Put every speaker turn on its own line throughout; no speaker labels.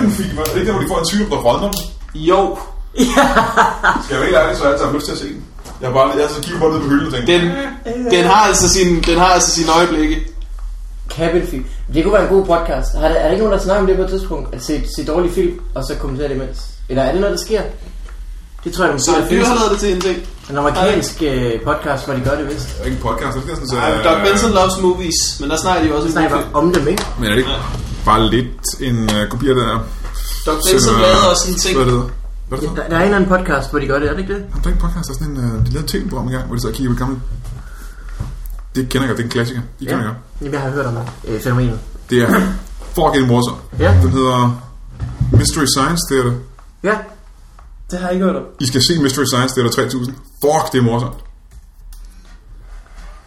ikke det, hvor de får en cykel på Rønnum?
Jo,
Skal jeg være helt ærlig, så har jeg altid haft lyst til at se den. Jeg har bare jeg har så kigget på det på hylden og tænkt,
den, den, har altså sin, den har altså sin øjeblikke.
Cabin film. Det kunne være en god podcast. Har der, er der ikke nogen, der snakker om det på et tidspunkt? At se, se dårlige film, og så kommentere det imens? Eller er det noget, der sker? Det tror jeg,
Så
der
vi har
findes
lavet det til en ting.
en amerikansk øh, podcast, hvor de gør det vist.
det er ikke en podcast, det er sådan, så... øh,
Ej, men Doc Benson loves movies, men der snakker de også om
Vi snakker
film.
om dem, ikke?
Men er det ikke bare lidt en øh, kopi af den her?
Doc Benson lavede også en ting.
Hvad er det? hedder? Hvad er det? for
Ja,
noget?
der, der, er en eller anden podcast, hvor de gør det, er det ikke det?
Jamen, Der er ikke en podcast, der er sådan en... øh, De lavede et tv-program engang, hvor de så og kiggede på gamle... Det kender jeg godt, det er en klassiker. De kender jeg godt.
Jamen, jeg har hørt om øh, fænomenet.
Det er fucking morsomt.
Ja.
Den hedder Mystery Science Theater.
Ja. Det har jeg ikke hørt om.
I skal se Mystery Science Theater 3000. Fuck, det er morsomt.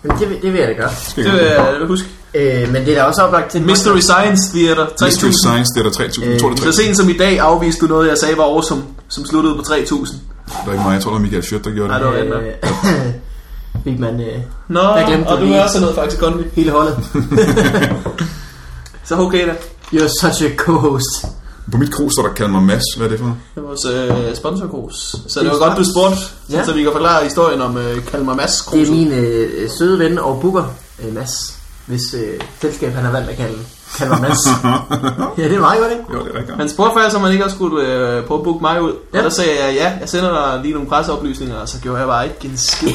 Men det, vil- det vil jeg da gøre.
Skal
Det
jeg
vil
gøre.
jeg huske.
Øh, men det er da også oplagt til... en
Mystery Science Theater
Mystery
3000.
Science Theater 3000. Jeg tror, det er
Så
3000.
sent som i dag afviste du noget, jeg sagde var awesome, som sluttede på
Det
3000.
er ikke mig. Jeg tror, det var Michael Schødt, der gjorde
Nej,
det.
det var den der.
Øh, Fik man øh,
Nå,
Der glemte
og
du
du
lige.
er også noget faktisk Gondy.
hele holdet.
Så okay da.
You're such a co-host.
På mit krus står der kalder mig Mads. Hvad er det for noget?
Det er vores øh, sponsorkurs. Så det var godt, du spurgte, ja.
Ja.
så vi kan forklare historien om øh, Kalmar Mads
Det er
Krusen.
min øh, søde ven og booker, øh, Mads. Hvis øh, selskab han har valgt at kalde, kalde mig Mads. ja, det er meget godt, ikke?
Jo, det er rigtigt.
Han spurgte faktisk, om man ikke også skulle øh, prøve at booke mig ud. Ja.
Ja.
Og der sagde jeg, ja, jeg sender dig lige nogle presseoplysninger, og så gjorde jeg bare ikke en skid.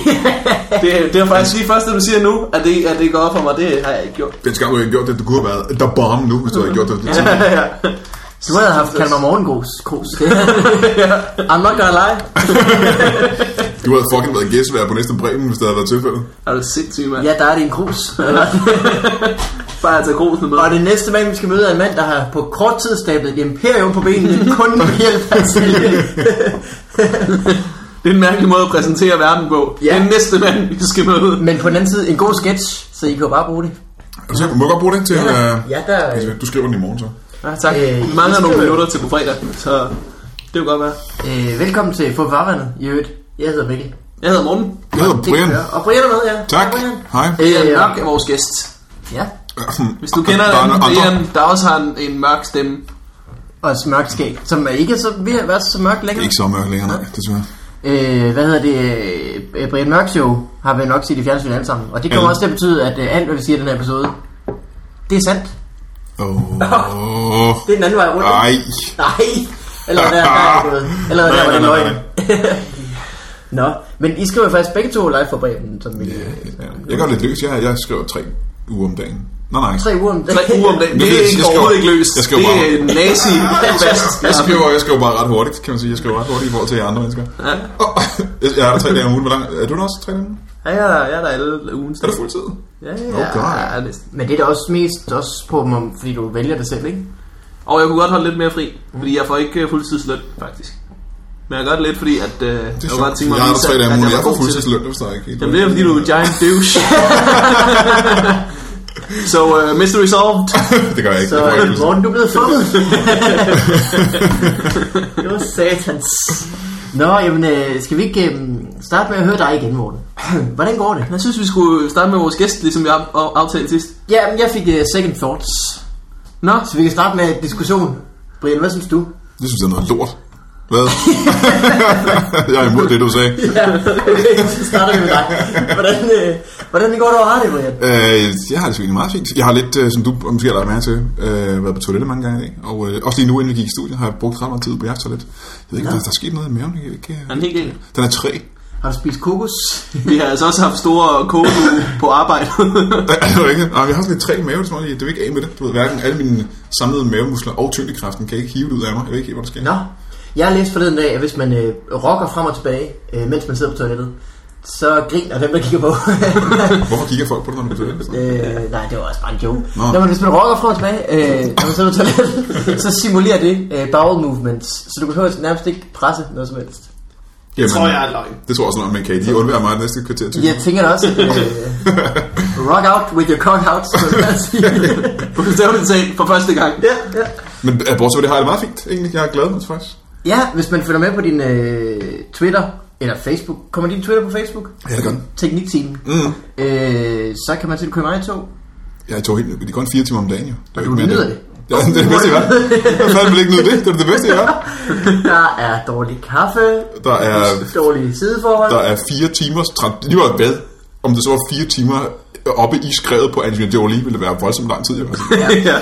det, er- det er faktisk lige først, det du siger nu, at det, at det går op for mig. Det har jeg ikke gjort.
Den skam, du ikke gjort det, du kunne have været der bomb nu, hvis du havde gjort det.
Mm. Ja. Du havde haft kaldt mig morgengos. Kos. I'm not gonna lie.
Du havde fucking været gæstvær på næste bremen, hvis det havde været tilfældet.
Er du sindssyg, mand?
Ja, der er det en krus.
Bare at tage krusene med.
og det næste mand, vi skal møde, er en mand, der har på kort tid stablet et imperium på benene, kun med hjælp af sælge.
Det er en mærkelig måde at præsentere verden på.
Ja.
Den næste mand, vi skal møde.
Men på den anden side, en god sketch, så I kan jo bare bruge det.
Og så må jeg godt bruge den til... øh,
Ja, der...
Lise, Du skriver den i morgen, så.
Ja, tak.
Øh,
Vi mangler
det
nogle
skal-
minutter til på fredag, så det vil godt være.
Øh, velkommen til Få Farvandet, i øvrigt. Jeg hedder Mikkel.
Jeg hedder Morten.
Jeg hedder
Det
Brian.
gør jeg. Og Brian er med, ja.
Tak.
Brian.
Hej.
Det er
Øh,
Mørk er vores gæst.
Ja,
Hvis du kender
der er
den,
andre-
Brian, der også har en, en mørk stemme.
og et mørkt skæg, som er ikke er så ved at være så mørkt længere.
Ikke så mørk længere, nej, desværre.
Øh, hvad hedder det? øh, Brian Mørk Show har vi nok set i fjernsynet alle sammen. Og det kommer
Alle.
også til at betyde, at øh, alt, hvad vi siger i den her episode, det er sandt.
Åh.
Det er den anden vej rundt.
Ej.
Nej. Eller der, der er det gået. Eller der,
Nej,
var det
nej, nej,
løgn. Nå, men I skriver faktisk begge to live for Breben, som vi...
Ja, Jeg gør det lidt løs. Jeg, jeg skriver tre uger om dagen. Nej, nej.
Tre uger om dagen.
Tre uger om dagen.
Jeg
Det er
skal-
ikke
jeg skal-
overhovedet ikke løst.
jeg skal
Det
bare-
er en nazi. fast.
Jeg skriver, jeg skriver bare ret hurtigt, kan man sige. Jeg skriver ret hurtigt i forhold til jer andre mennesker.
Ja.
Åh, Jeg er der tre dage om ugen. Hvor lang er du der også tre dage om ugen?
Ja, jeg er der, jeg er der alle ugen.
Er du fuldtid?
Ja, ja,
Oh, God.
ja, ja, næsten.
Men det er da også mest også på, dem, fordi du vælger det selv, ikke?
Og jeg kunne godt holde lidt mere fri, fordi jeg får ikke øh, fuldtidsløn, faktisk. Men jeg gør det lidt, fordi at... Øh, det er
Det er
jeg kunne godt
sjovt.
tænke mig
Jeg er der tre dage om
at
ugen.
var
Jeg får
god til det.
fuldtidsløn, det forstår jeg ikke helt.
Jamen det er fordi du er giant douche So uh, mystery solved
Det gør jeg ikke.
Så
Det gør jeg ikke.
Morten, du er blevet fundet. det var satans. Nå, jamen, øh, skal vi ikke øh, starte med at høre dig igen, Morten? Hvordan går det?
Jeg synes vi skulle starte med vores gæst Ligesom vi af- af- aftalte sidst
Jamen, jeg fik øh, second thoughts.
Nå
Så vi kan starte med diskussion. Brian, hvad synes du?
Det synes jeg er noget lort. Hvad? jeg er imod det, du sagde.
Ja, okay, så starter vi med dig. Hvordan, øh, hvordan går du og har det, Brian?
Øh, jeg har det sgu egentlig meget fint. Jeg har lidt, øh, som du måske har lagt mærke til, øh, været på toilettet mange gange i dag. Og øh, også lige nu, inden vi gik i studiet, har jeg brugt ret meget tid på jeres toilet. Jeg ved ikke, om der, der er sket noget i maven. Jeg, jeg,
Han er helt galt
den er træ.
Har du spist kokos?
Vi har altså også haft store koge på arbejde
Er det ikke? Nej, jeg har sådan lidt træ i maven, som om jeg- det vil ikke af med det. Du ved, hverken alle mine samlede mavemuskler og tyngdekraften kan ikke hive det ud af mig. Jeg ved ikke, helt, hvor det sker.
Nå, jeg læste forleden dag, at hvis man øh, rocker frem og tilbage, øh, mens man sidder på toilettet, så griner dem, der kigger på.
Hvorfor kigger folk på det, når du er på toilettet?
Øh, nej, det var også bare en joke.
Nå.
Nå. Når man, hvis man rocker frem og tilbage, øh, når man sidder på toilettet, så simulerer det øh, bowel movements. Så du behøver nærmest ikke presse noget som helst.
Jamen,
tror jeg er løgn.
Det tror jeg også, når man kan. De undværer mig det næste kvarter. tyve
Jeg tænker da også, at øh, rock out with your cock out, som man kan sige.
Bogstaveligt talt for første gang
ja, ja.
Men øh, bortset fra det har jeg det meget fint, egentlig. Jeg er glad, faktisk.
ja, hvis man følger med på din øh, Twitter, eller Facebook. Kommer din Twitter på Facebook?
Ja, det gør den.
Teknikteamen.
Mm.
Øh, så kan man se, at du kører mig i tog.
Jeg tog helt, det er kun fire timer om dagen, jo. Det er
du
mere
nyder
end
det?
Ja, det er det bedste i verden. Jeg fandt vel ikke noget af det. Det er det bedste i verden.
Der er dårlig kaffe,
Der er,
dårlige sideforhold.
der er fire timers... Trans- det var hvad? Om det så var fire timer oppe i skrevet på Angelina Jolie, ville det være voldsomt lang tid. Jeg vil sige.
ja.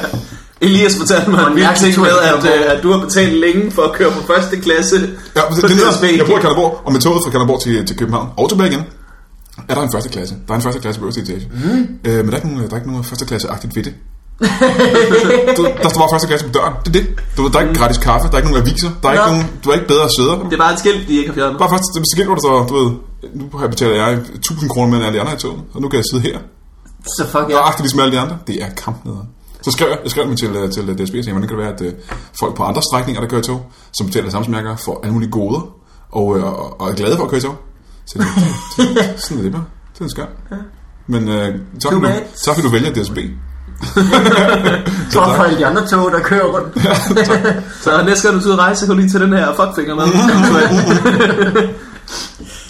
Elias fortalte mig
Og
en
en
vild
mærkelig
ting
tur,
med,
de
at,
kører på.
øh, at du har betalt længe for at køre på første klasse
Ja, men det, det,
DSB.
det, jeg bor i Kalderborg, og med toget fra Kalderborg til, til København og tilbage igen, er der en første klasse. Der er en første klasse på øverste etage. Mm. Øh, men der er ikke nogen, der er ikke nogen første klasse-agtigt ved det. du, der står bare første klasse på døren. Det er det. Du, ved, der er ikke gratis kaffe, der er ikke nogen aviser, der er ikke
Nå.
nogen, du er ikke bedre sæder.
Det er bare et skilt, de ikke har fjernet.
Bare først, det er skilt, hvor der så, du ved, nu har jeg betalt jeg 1000 kroner mere end alle de andre i toget, og nu kan jeg sidde her.
Så fuck
Jeg
ja.
er agtig ligesom alle de andre. Det er kampnederen. Så skrev jeg, jeg skrev dem til, øh, til øh, DSB og sagde, hvordan kan det være, at øh, folk på andre strækninger, der kører tog, som betaler det samme som jeg gør, får alle mulige goder og, øh, og, og er glade for at køre tog. Så jeg, "Det- det- sådan er det bare. Det er skørt. Men øh, tak, fordi du,
mad.
tak, fordi du vælger DSB.
Så for alle de andre tog, der kører rundt.
Så næste gang du skal ud og rejse, så kan du lige tage den her fuckfinger med.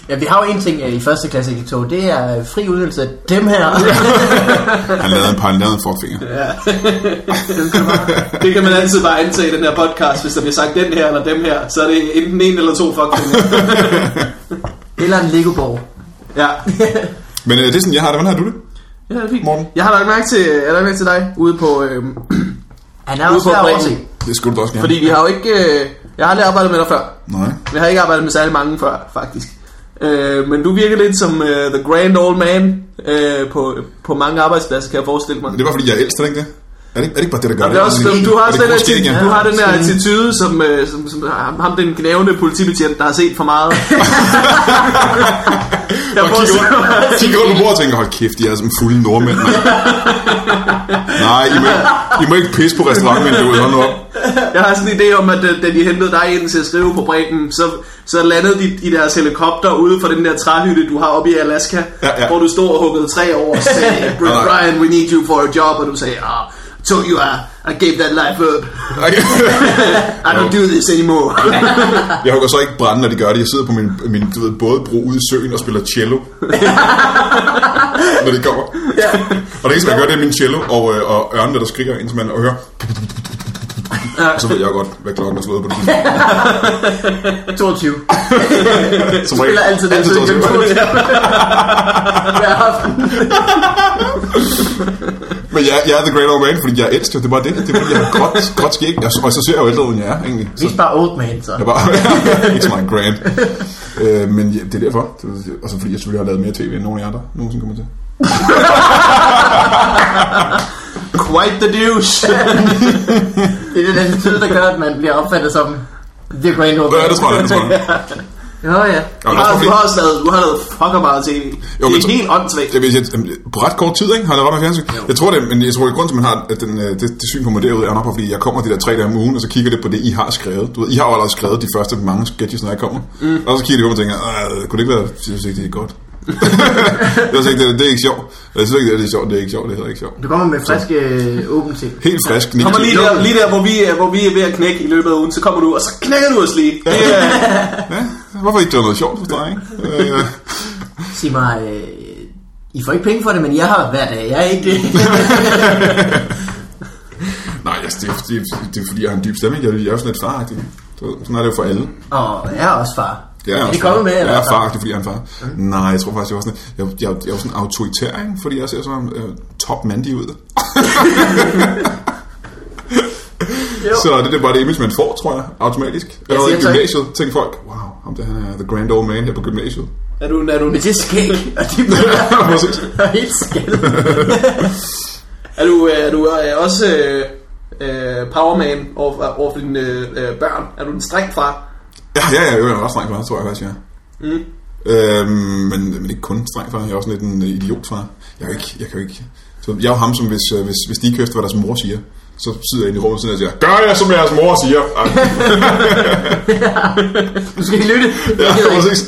Ja, vi har jo en ting øh, i første klasse i tog, det er øh, fri udnyttelse af dem her.
Han lavede en par, han lavede en fortfinger.
det kan man altid bare antage i den her podcast, hvis der bliver sagt den her eller dem her, så er det enten en eller to fuckfinger.
Eller en Legoborg.
Ja.
Men øh, det er sådan, jeg har det. Hvordan har du det?
Ja, det er fint.
Morten?
Jeg har lagt mærke til, jeg har lagt mærke til dig ude på, øh,
Han er jo
ude på
svær at overse.
bredden.
Det skulle du da også gerne.
Fordi vi har jo ikke, øh, jeg har aldrig arbejdet med dig før.
Nej.
Vi har ikke arbejdet med særlig mange før, faktisk. Øh, men du virker lidt som øh, The Grand Old Man øh, på, på mange arbejdspladser, kan jeg forestille mig.
Men det var, fordi jeg er ældst, er det ikke det? Er det ikke, er det ikke bare det, der gør
Jamen, det er også,
Er det ikke-
du, har
er det
også den
ikke forskel
attitude,
igen?
du har den der attitude, som, øh, som, som ham, ham den gnævende politibetjent, der har set for meget. jeg
Og kigger
forestiller mig,
rundt, kigger rundt på bordet og tænker, hold kæft, de er som fulde nordmænd. mand." Nej, I må, I må ikke pisse på restauranten, men du hold nu op.
jeg har sådan en idé om, at øh, da de hentede dig ind til at skrive på Breben, så, så landede de i deres helikopter ude for den der træhytte, du har oppe i Alaska,
Ja, ja.
hvor du stod og huggede træ over og sagde,
Nej, nej.
Brian, we need you for a job, og du sagde, ah, told you I, I gave that life up.
Okay.
I don't do this anymore.
Jeg hugger så ikke brænde, når de gør det. Jeg sidder på min, min du ved, bådebro ude i søen og spiller cello. når de kommer. Og det eneste, jeg gør, det er min cello og, øh, og ørnene, der skriger, indtil man hører. Og så ved jeg godt, hvad klokken er slået på det.
22.
Som regel.
Spiller altid den tid,
står
den
det.
22. Hver aften.
Men jeg, jeg er the great old man, fordi jeg er ældst. jo. Det er bare det. Det er fordi, jeg har godt, godt skæg. Jeg, og så ser jeg jo ældre, ud, end jeg er, egentlig.
Vi
Så
er bare old man, så.
Jeg bare, it's my grand. øh, men ja, det er derfor. Det er- Altså fordi jeg selvfølgelig har lavet mere tv, end nogen af jer, der nogensinde kommer til.
Quite the douche.
Det er den attitude, der gør, at man bliver opfattet som The Grand Old
Hvad er det,
Man.
tror jeg, det tror jeg.
Nå ja.
Og
Du
det er
har,
også
du har
fordi-
også lavet, du har lavet fucker meget tv.
Jo,
det
men
er
så-
helt åndssvagt.
Jeg ved, jeg, på ret kort tid, ikke? Har jeg lavet ret meget fjernsyn? Jeg tror det, men jeg tror, at grunden til, at man har at den, øh, det, det, syn på mig derude, er nok, bare, fordi jeg kommer de der tre dage om ugen, og så kigger det på det, I har skrevet. Du ved, I har jo allerede skrevet de første mange sketches, når jeg kommer. Mm. Og så kigger de på mig og tænker, "Øh, kunne det ikke være, jeg synes ikke, det er godt. jeg synes ikke, det er, det er ikke sjovt. Jeg synes ikke, det er, det er sjovt, det er ikke sjovt, det er heller ikke sjovt.
Du kommer med friske, øh, åben ting.
Helt frisk.
Kommer
negativ.
lige der, lige der hvor, vi er, hvor vi er ved at knække i løbet af ugen, så kommer du, og så knækker du os lige. Det er,
Ja, hvorfor ikke gøre noget sjovt for dig, ikke? Øh,
Sig mig, øh, I får ikke penge for det, men jeg har hver dag. Jeg er ikke det.
Nej, altså, det, er, det, er, det er fordi, jeg har en dyb stemme. Jeg, jeg er jo sådan lidt faragtig. Du ved, Sådan er det jo for alle.
Og jeg er også far.
Jeg
er
også
det kommet
far.
med?
Jeg
Eller?
er faragtig, fordi jeg er en far. Mm. Nej, jeg tror faktisk, jeg var sådan, jeg, jeg, jeg, er jo sådan autoritær, ikke? fordi jeg ser sådan øh, top mandig ud. Så det, det er bare det image, man får, tror jeg, automatisk. Allerede i
siger tak.
gymnasiet tænker folk, wow, ham der, han er the grand old man her på gymnasiet.
er du, er du,
Men det er skæg, og de
Præcis.
bliver helt skældet.
er du, er du øh, også øh, øh, powerman over, over for dine øh, øh, børn? Er du en streng far?
Ja, ja, ja, jeg er ret streng far, tror jeg faktisk, jeg er. Mm. Øhm, men, men ikke kun streng far, jeg er også lidt en øh, idiot far. Jeg, er jo ikke, jeg kan jo ikke... Så jeg er jo ham, som hvis, øh, hvis, hvis de ikke hørte, hvad deres mor siger, så sidder jeg inde i rummet sådan og siger, gør jeg, som jeres mor siger. Ej,
Nu skal I lytte.
ja,
Jeg gider ikke.
præcis.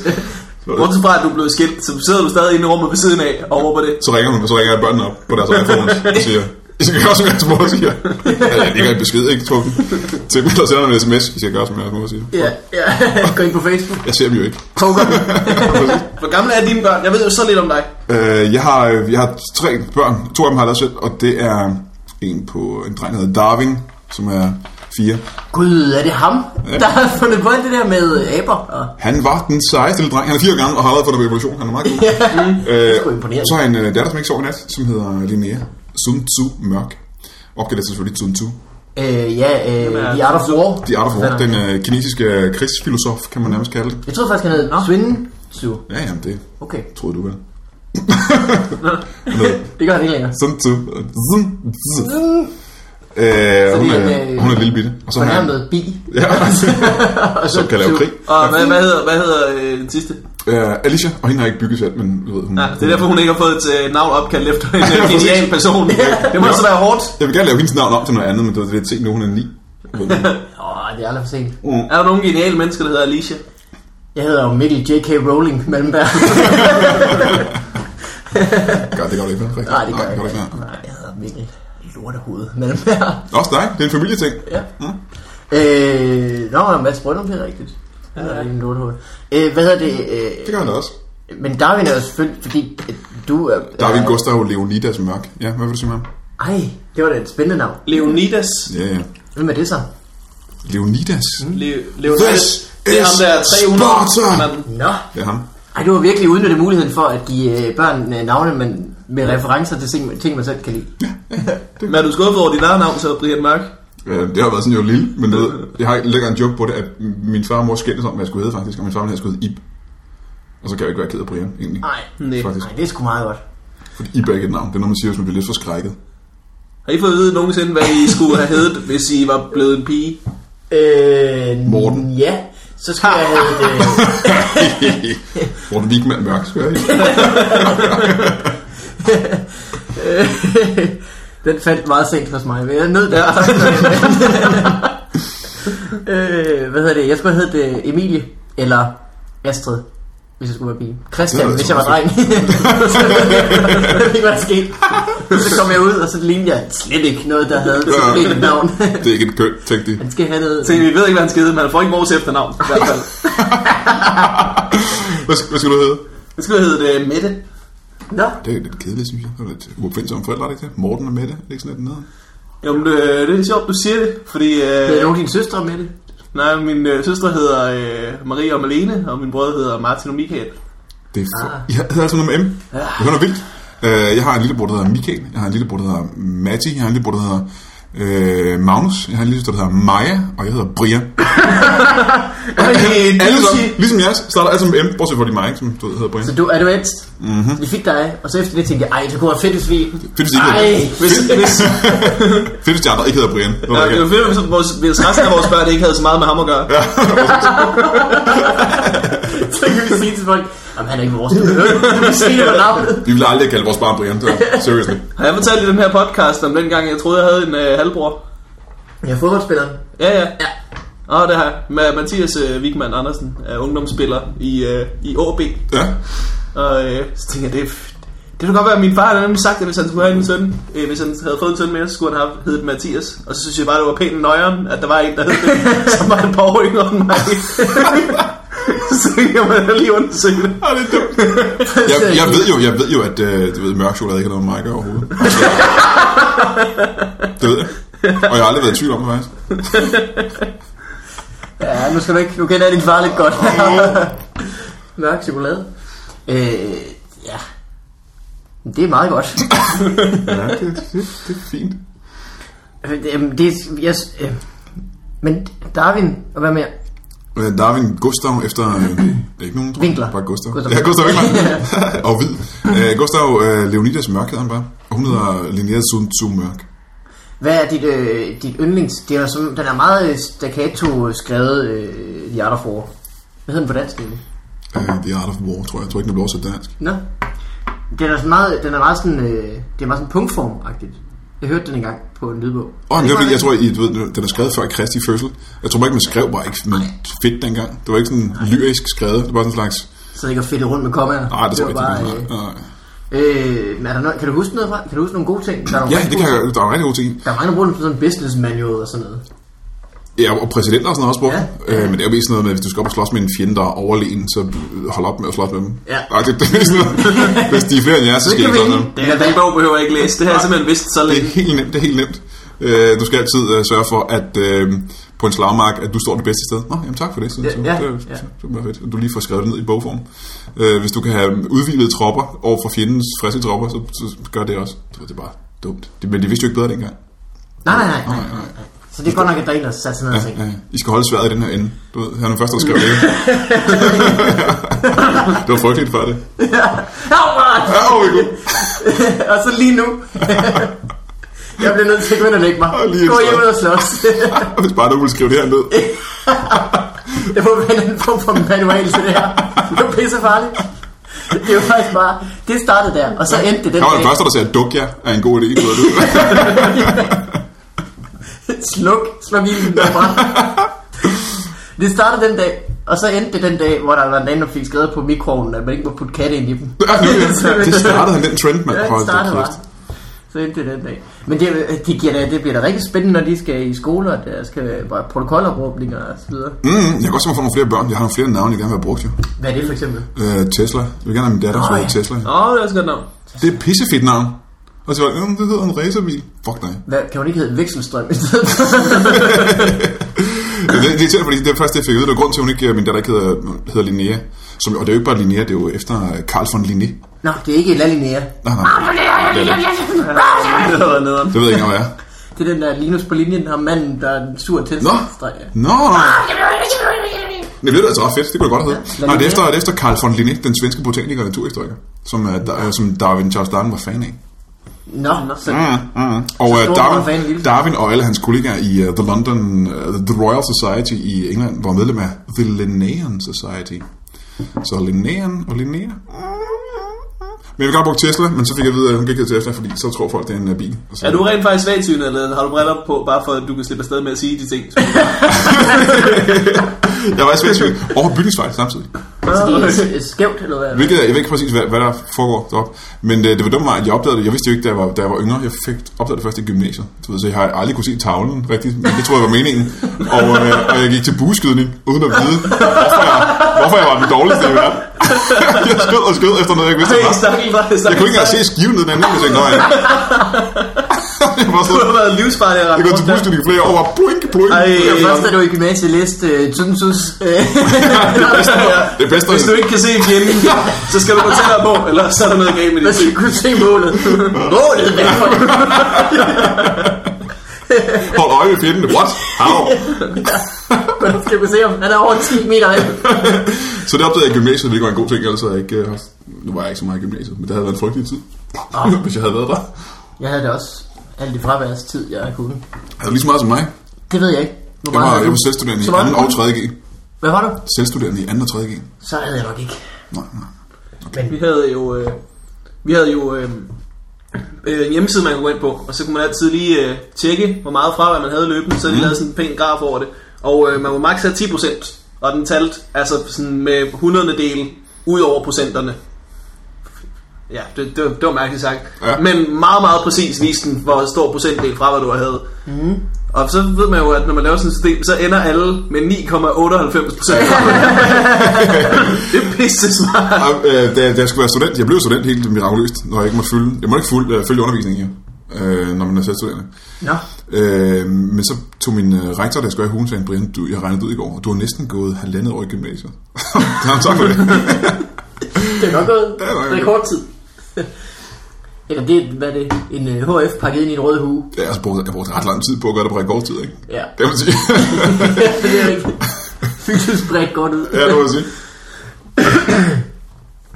Bortset fra, at du er blevet skilt, så sidder du stadig inde i rummet ved siden af og råber det.
Så ringer hun, og så ringer jeg børnene op på deres iPhones og siger, I skal gøre, som jeres mor siger. Ja, jeg lægger en besked, ikke, Torben? Til mig, der sender en sms, I skal gøre, som jeres mor siger.
Ja, ja. Gå ind på Facebook.
Jeg ser dem jo ikke.
Poker.
Præcis.
Hvor gamle er dine børn? Jeg ved jo så lidt om dig.
Øh, jeg, har, jeg har tre børn. To af dem har jeg lavet selv, og det er en, på, en dreng, der hedder Darwin, som er fire.
Gud, er det ham, der har fundet på alt det der med aber? Og...
Han var den sejeste lille dreng. Han er fire år gammel og har allerede fundet på evolution. Han er meget god. Øh,
sgu imponerende.
så har jeg en øh, datter, som ikke sover i nat, som hedder Linnea Sun Tzu Mørk. Opkaldt efter selvfølgelig Sun Tzu.
Øh, ja, øh,
Hvem er
The Art of War.
The Art of War,
Forfatteren.
den øh, kinesiske øh, krigsfilosof, kan man nærmest kalde det.
Jeg troede faktisk, han hed Swin Tzu.
Ja, jamen det
Okay,
troede du vel.
det gør han ikke længere.
Sun Tzu. Sun Tzu. Øh, hun,
han,
er,
øh,
hun er lille bitte. Og så har han-
Fornærmet bi.
Ja, som kan lave krig.
Og hvad, hvad hedder, hvad hedder øh, den sidste?
Uh, Alicia, og hende har jeg ikke bygget selv, men du ved, hun...
Ja, Ah, det er derfor, hun ikke har fået et øh, navn opkaldt efter en øh,
præcis.
genial person. Det må altså være hårdt.
Jeg vil gerne lave hendes navn om til noget andet, men det er lidt sent nu, hun er ni.
Åh, det er aldrig for sent.
Mm.
Er der nogen geniale mennesker, der hedder Alicia?
Jeg hedder jo Mikkel J.K. Rowling Malmberg.
Gør det gør det ikke, vel? Rigtigt.
Nej, det gør jeg
det
ikke.
vel?
Nej, jeg hedder Mikkel Lortehoved Malmberg.
Også dig, det er en familieting.
Ja.
Mm.
Øh, nå, men Mads Brøndum hedder rigtigt. Han hedder ikke en lortehoved. Øh, hvad hedder det?
Det
Øh,
gør han da også.
men Darwin er jo selvfølgelig, fordi øh, du er...
Darwin
er-
Gustav Leonidas Mørk. Ja, hvad vil du sige med ham?
Ej, det var da et spændende navn.
Leonidas.
Ja, ja.
Hvem er det så?
Leonidas.
Le- Leonidas.
This
Det er ham, der er
is
300
Sparta!
mand.
Nå.
Det er ham.
Ej, du har virkelig udnyttet muligheden for at give øh, børn øh, navne, men med referencer til ting, ting, man selv kan lide.
Men er du skuffet over dit eget navn, så Brian Mørk?
Øh, Det har været sådan jo lille, men du ved, jeg har lægger en joke på det, at min far og mor skændtes om, hvad jeg skulle hedde faktisk, og min far ville have skulle hedde Ib. Og så kan jeg jo ikke være ked af Brian, egentlig.
Nej,
Nej.
Faktisk.
nej, det er sgu meget godt.
Fordi Ib er ikke et navn. Det er noget, man siger, hvis man bliver lidt forskrækket.
Har I fået at vide nogensinde, hvad I skulle have heddet, hvis I var blevet en pige?
Øh,
Morten.
Ja, så skal jeg have et... Øh,
Morten Wigman Mørk, skal jeg ikke?
Øh, den faldt meget sent hos mig, men jeg er nødt til at øh, Hvad hedder det? Jeg skulle have heddet øh, Emilie, eller Astrid, hvis jeg skulle være pige. Christian,
Det er
hvis jeg var
altså
dreng. jeg ved ikke, hvad der skete. Så kom jeg ud, og så lignede jeg slet ikke noget, der havde
Ja.
et rigtigt navn.
Det er ikke et køn, tænkte de.
Han skal have noget...
Se, vi ved ikke, hvad han skal hedde, men han får ikke vores efternavn. I hvert fald.
Hvad skal, hvad skal du hedde?
Det skulle hedde uh, Mette.
Nå,
Det er lidt kedeligt, synes jeg. Det er lidt uopfindsomt om forældre, er det ikke det? Morten og Mette, er det ikke sådan lidt nede?
Jamen, øh, det, det er sjovt, du siger det, fordi...
havde
Uh,
nogen af dine søstre med det?
nej, min uh, søster hedder uh, Marie og Malene, og min bror hedder Martin og Michael.
Det er for... Jeg hedder altså noget med M. Det er noget vildt. Øh, Jeg har en lillebror, der hedder Michael. Jeg har en lillebror, der hedder Matti. Jeg har en lillebror, der hedder øh, Magnus. Jeg har en lillebror, der hedder Maja. Og jeg hedder Brian.
Hey,
Alle sammen, ligesom jeres, starter alle sammen med M. Bortset fra de mig, som du ved, hedder Brian.
Så du, er du ældst? Mm-hmm. Vi fik dig, og så efter det tænkte jeg, ej, det kunne være fedt, hvis vi...
Mhm. Fedt, hvis de ikke
Ej,
hvis, hvis,
Fedt, hvis de andre ikke hedder Brian. Det var
ja,
ikke-
det var fedt, hvis, vores, hvis resten af vores børn ikke havde så meget med ham at gøre. Ja.
Så kan vi sige til folk, jamen han er ikke vores, du kan høre, du kan sige det på navnet.
Vi ville aldrig kalde vores barn Brian. Det var- Seriously.
Har jeg fortalt i den her podcast om dengang, jeg troede, jeg havde en uh, halvbror?
Jeg er fodboldspilleren.
Ja, ja. ja. Og det har jeg. Ma- Mathias uh, Wigman Andersen er ungdomsspiller i, uh, i AB.
Ja.
Og øh, så tænker jeg, det, er f- det kan godt være, at min far havde nemlig sagt, at hvis han skulle have en søn, øh, hvis han havde fået en søn mere, så skulle han have heddet Mathias. Og så synes jeg bare, det var pænt nøjeren, at der var en, der hed det, som var et par år yngre end mig. så tænkte jeg, man har lige undersøgt det.
Ah, det er dumt. Jeg, jeg, ved jo, jeg ved jo, at øh, du ved, mørk chokolade ikke har noget med mig at gøre overhovedet. Det ved jeg. Og jeg har aldrig været i tvivl om det, faktisk.
Ja, nu skal du ikke, nu kender jeg din far lidt godt. Mørk chokolade. Øh, ja. Det er meget godt.
Ja, det, det, det er fint.
Øh, det- Jamen, det er, jeg, s- øh, men Darwin, og hvad mere?
Øh, Darwin Gustav efter... Øh, det er ikke nogen, tror jeg.
Winkler.
Bare Gustav.
Gustav.
Gustav. Ja, Gustav Winkler. og hvid. Øh, Gustav øh, Leonidas Mørk hedder han bare. Og hun hedder Linnea Sun Tzu Mørk.
Hvad er dit, øh, dit yndlings? Det er jo sådan, den er meget øh, staccato skrevet øh, The Art of War. Hvad hedder den på dansk egentlig?
Øh, The Art of War, tror jeg. Jeg tror ikke, den blev oversat til dansk.
Nå. Den er, sådan meget, den er meget sådan, øh, det er meget sådan punktform-agtigt. Jeg hørte den engang på en lydbog.
Og det er fordi, jeg tror, I, du ved, den er skrevet før Kristi fødsel. Jeg tror bare ikke, man skrev bare ikke man fedt dengang. Det var ikke sådan lyrisk skrevet. Det var sådan en slags...
Så det ikke er fedt rundt med kommaer.
Nej, Ah, det tror
var
jeg
bare,
ikke. det er sådan. Nej.
øh, men er der noget, kan du huske noget fra? Kan du huske nogle gode ting? Der er jo
Ja,
mange
det
gode
kan jeg,
ting.
der er rigtig gode ting. i.
Der er mange, der bruger den som sådan en business manual og sådan noget.
Ja, og præsidenter og sådan noget også brugt.
Ja.
Ja. Øh, men det er jo mest sådan noget med, at hvis du skal op og slås med en fjende, der er overlegen, så hold op med at slås med dem.
Ja.
Nej, det, det er mest sådan noget. Hvis de er flere end jer, så skal I
kan
ikke
vi
slås med
ikke.
dem.
Den, den bog behøver jeg ikke læse. Det har jeg simpelthen vidst så
Det er
længe.
helt nemt, det er helt nemt. Øh, du skal altid øh, sørge for, at øh, på en slagmark, at du står det bedste sted. Nå, jamen tak for det. Så,
Ja,
så,
ja,
det, er-
ja.
så, så, det er fedt. at Du lige får skrevet det ned i bogform. Øh, hvis du kan have udvildede tropper over for fjendens friske tropper, så, så gør det også. Det var- det er bare dumt. Det, men de vidste jo ikke bedre dengang.
Nej, nej, nej, nej, nej, nej. Så det er godt nok, at der er en, der har sat sådan noget ting.
Ja, ja. I skal holde sværet i den her ende. Du ved, han er den første, der skrev det. det var frygteligt før det.
Au,
Ja, oh, gud.
Og så lige nu. jeg bliver nødt til at gå ind og lægge mig.
Og lige
Gå
efter.
hjem og slås.
Hvis bare du ville skrive det her ned.
Det må være en anden form for manual til det her. Det var pisse farligt. Det var faktisk bare... Det startede der, og så endte det den
Han var den
dag.
første, der sagde, at duk jer er en god idé. Du ved det.
Sluk, sluk ilden og brænd. Det startede den dag, og så endte det den dag, hvor der var en anden, der fik skrevet på mikroovnen, at man ikke må putte katte ind i dem.
Ja, nu, ja. Det startede han den trend, mand.
Ja, det
Hold da
startede
kæft.
bare. Så endte det den dag. Men det, det, giver da, det bliver da rigtig spændende, når de skal i skole, og der skal være protokolleråbninger og så videre.
Mm, jeg kan godt se mig for nogle flere børn. Jeg har nogle flere navne, jeg gerne vil have brugt. Jo.
Hvad er det for eksempel?
Øh, Tesla. Jeg vil gerne have min datter, som
Nå,
hedder
ja.
Tesla.
Åh, oh, det er også et godt navn.
Det er et pissefedt navn. Og så var det, "Mm, det hedder en racerbil. Fuck nej.
Hvad, kan hun ikke hedde Vekselstrøm i stedet for?
Det, det, er tændt, fordi det er først, det jeg fik ud. Det var grund til, at hun ikke, min datter ikke hedder, hedder Linnea. Som, og det er jo ikke bare Linnea, det er jo efter Carl von Linné.
Nå, det er ikke La Linnea.
Nej, nej. Det, er det.
Det har været nederen.
det ved jeg ikke, hvad jeg er.
Det er den der Linus på linjen, ham manden, der er en sur til.
Nå. Nå! Det blev da altså ret fedt, det kunne jeg godt have
Ja,
heddet. Nej, det er efter, det er efter Carl von Linné, den svenske botaniker og naturhistoriker, som, er, der, er- som Darwin Charles Darwin var fan af.
Nå, Nå. Så,
Mm, mm. Og
Så
øh,
stor var han fan,
Darwin,
lille.
Darwin og alle hans kollegaer i uh, the London uh, the Royal Society i England var medlem af The Linnaean Society. Så Linnaean og Linnea. Men jeg vil godt bruge Tesla, men så fik jeg at vide, at hun gik til Tesla, fordi så tror folk, det er en øh, bil. Og så,
Er du rent faktisk svagsynet, eller har du briller på, bare for at du kan slippe afsted med at sige de ting?
Jeg var i Sverige over bygningsvej samtidig.
så det er øh, skævt, eller hvad?
Hvilket, jeg ved ikke præcis, hvad, hvad der foregår derop. Men øh, det var dumt mig, at jeg opdagede det. Jeg vidste jo ikke, da jeg var, da jeg var yngre. Jeg fik opdaget det først i gymnasiet. Du ved, så jeg har aldrig kunne se tavlen rigtigt, men det tror jeg var meningen. Og, øh, og jeg gik til bueskydning, uden at vide, hvorfor jeg, hvorfor jeg var den dårligste i verden. jeg skød og skød efter noget, jeg ikke vidste, hvad
Hey,
var.
stakken, var det
Jeg kunne ikke engang se skiven ned den anden, hvis jeg ikke nøjede. Jeg var
Du
sådan,
har været livsfarlig at
jeg
rende
gik til
rundt der.
bueskydning i flere år, og bare blink, blink.
Ej,
Det var først, da du i gymnasiet læste øh, Tuntus. Øh,
Det er bedst,
Hvis du ikke kan se fjenden, så skal du gå tættere på, eller så er der noget galt med
der
dit syn.
skulle kunne se målet. målet, hvad for
hold øje med fjenden. What? How?
det? Skal vi se, om han er over 10 meter høj.
Så det opdagede jeg i gymnasiet, hvilket var en god ting, ellers havde jeg ikke... øh, haft- Nu var jeg ikke så meget i gymnasiet, men det havde været en frygtelig tid,
Ah.
hvis jeg havde været der.
Jeg havde det også. Alt det fraværstid, jeg kunne.
Er du Altså, lige så meget som mig?
Det ved jeg ikke. Hvor
Jeg
meget
var,
havde
jeg
du?
var selvstuderende i
Så meget
2.
havde
og
du?
3. G.
Hvad var du?
Selvstuderende i 2. og 3. G.
Så havde jeg nok ikke.
Nej, nej.
Vi havde jo, øh, vi havde jo øh, øh, en hjemmeside, man kunne gå ind på, og så kunne man altid lige øh, tjekke, hvor meget fravær man havde løbende, så havde de lavede sådan en pæn graf over det. Og øh, man må maks have 10%, og den talte altså sådan med hundrede del ud over procenterne. Ja, det, det, var, det var mærkeligt sagt.
Ja.
Ja. Men meget, meget præcis viste den, hvor stor procentdel fra, hvad du havde. Mm. Og så ved man jo, at når man laver sådan et system, så ender alle med 9,98 procent. det er pisse smart.
Og, øh, da, da, jeg skulle være student, jeg blev student helt mirakuløst, når jeg ikke måtte fylde. Jeg måtte ikke fylde, øh, følge undervisningen, jo, øh, når man er selvstuderende.
Nå.
Øh, men så tog min øh, rektor, der skulle i hulen, sagde, Brian, du, jeg regnede ud i går, og du har næsten gået halvandet år i gymnasiet. det har han sagt for det.
Det er nok gået
er nok gået.
rekordtid. Eller det, er- hvad er det? En øh, HF pakket ind i en rød hue.
Jeg har altså brugt, jeg har brugt ret lang tid på at gøre det på rekordtid, ikke?
Ja.
Kan man sige.
det er rigtigt. Fysisk godt ud.
ja, det må jeg sige.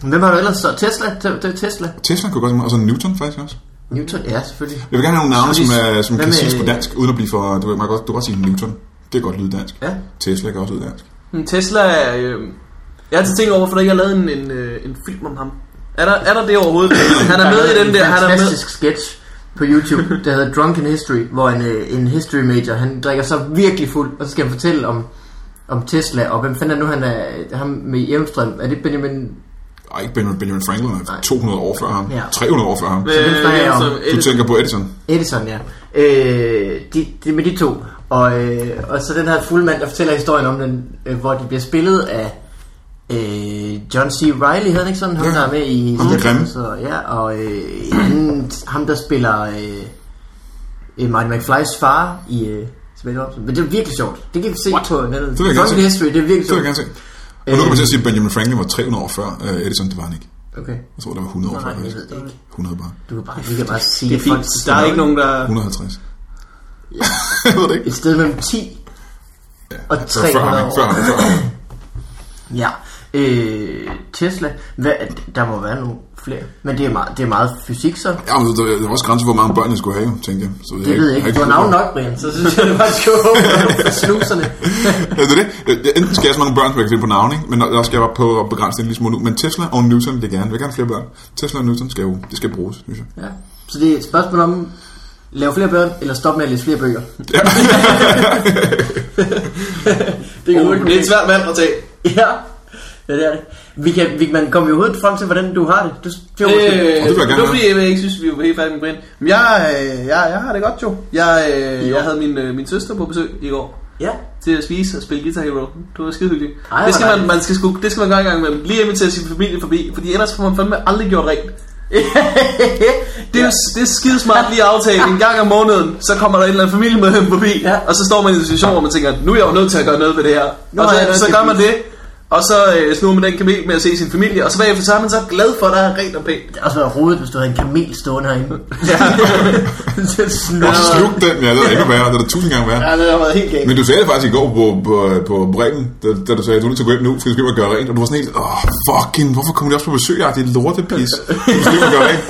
Hvem har du ellers så? Tesla? Te- te- Tesla?
Tesla kunne godt tænke mig, og så Newton faktisk også.
Newton? Ja, selvfølgelig.
Jeg vil gerne have nogle navne, som,
Præcis.
er, som
Hvad
kan
med-
siges på dansk, uden at blive for... Du, ved, man kan godt, du kan godt sige Newton. Det kan godt lyde dansk.
Ja.
Tesla kan også lyde dansk.
Men Hmm, Tesla er... Øh, jeg har altid tænkt over, hvorfor der ikke er lavet en, en, øh, en film om ham. Er der, er der det overhovedet? Han er med i den der. Han er med.
fantastisk sketch på YouTube, der hedder Drunken History, hvor en, øh, en history major, han drikker så virkelig fuld, og så skal han fortælle om, om Tesla, og hvem fanden er nu, han er, ham med Hjelmstrøm, er det Benjamin
Ej, ikke Benjamin, Benjamin Franklin er
Nej.
200 år før ham.
Ja.
300 år før ham.
Øh,
det snakker jeg om.
så-
Du tænker på Edison.
Edison, ja. Øh, de, de, med de to. Og, øh, og så den her fulde mand, der fortæller historien om den, øh, hvor de bliver spillet af øh, John C. Reilly, hed han ikke sådan? Ham,
Ja.
der er med i...
Ham den grimme.
Så, ja, og øh, han, ham, der spiller... Øh, øh, Marty McFly's far i øh, Smash Bros. Men det er virkelig sjovt. Det kan vi se
What?
på nettet.
vil jeg gerne
Drunken
se.
History, det er virkelig
Det vil jeg
sjovt.
gerne se. Og nu kan man til at sige, at Benjamin Franklin var 300 år før øh, Edison, det var han ikke.
Okay.
Jeg tror, der var 100 år før.
Nej, jeg
faktisk.
ved det ikke.
100 bare.
Du kan bare, vi kan bare sige,
Det er
at folk
fint. Der er ikke nogen, der...
150. jeg ved det ikke.
Et sted mellem 10
Ja.
og
Det var Før ham,
300
ikke? Før
år.
ham, før ham.
Ja. Øh, Tesla, hvad, der må være nogle flere. Men det er meget, det er meget fysik, så.
Ja, men der, der var også grænser, hvor mange børn jeg skulle have, tænkte jeg. Så
Det ved jeg ikke. Du har navn nok, Brian, så synes jeg, det var sjovt. Snuserne.
Ja, det er det. Øh, Enten skal jeg have så mange børn, som jeg kan finde på navn, ikke? Men der skal jeg bare på at begrænse det en lille smule nu. Men Tesla og Newton vil jeg gerne. Jeg vil gerne have flere børn. Tesla og Newton skal jo, det skal bruges, synes jeg.
Ja. Så det er et spørgsmål om, lave flere børn, eller stop med at læse flere bøger. det
Uh, det er et svært valg at tage.
Ja, ja det er det. Vi kan, vi, man kommer jo overhovedet frem til, hvordan du har det. Du, det var måske-
vil
Øh,
jeg gerne
det var
høre.
fordi, jeg ikke synes, vi var helt færdige med Brian. Men jeg, øh, jeg, jeg har det godt, jo. Jeg, øh, jeg havde min, øh, min søster på besøg i går
Ja,
til at spise og spille Guitar Hero. Det var skide hyggeligt.
Ej,
det,
hvor
skal man,
dejligt.
man skal sgu, det skal man gøre en gang imellem. Lige invitere sin familie forbi, fordi ellers får man fandme aldrig gjort rent. Det er, ja. det er skide smart lige at aftale. En gang om måneden, så kommer der en eller anden familiemedlem forbi,
Ja.
ja. og så står man i en situation, hvor man tænker, nu er jeg jo nødt til at gøre noget ved det her.
Nu
og
har jeg noget
så, så
til
gør
at
man det, og så øh, snurrer man den kamel med at se sin familie, og så bagefter så er man så glad for, at der er rent og pænt.
det har også været rodet, hvis du havde en kamel stående herinde. Ja.
Og så slug den, ja, det er da endnu værre. Det er da tusind gange værre.
Ja, det har været helt galt.
Men du sagde det faktisk i går på, på, på Bremen, da, da du sagde, at du er nødt til at gå hjem nu, for jeg skal hjem og gøre rent. Og du var sådan helt, åh, oh, fucking, hvorfor kommer de også på besøg? Ja, det er lortepis. Du skal hjem og gøre rent.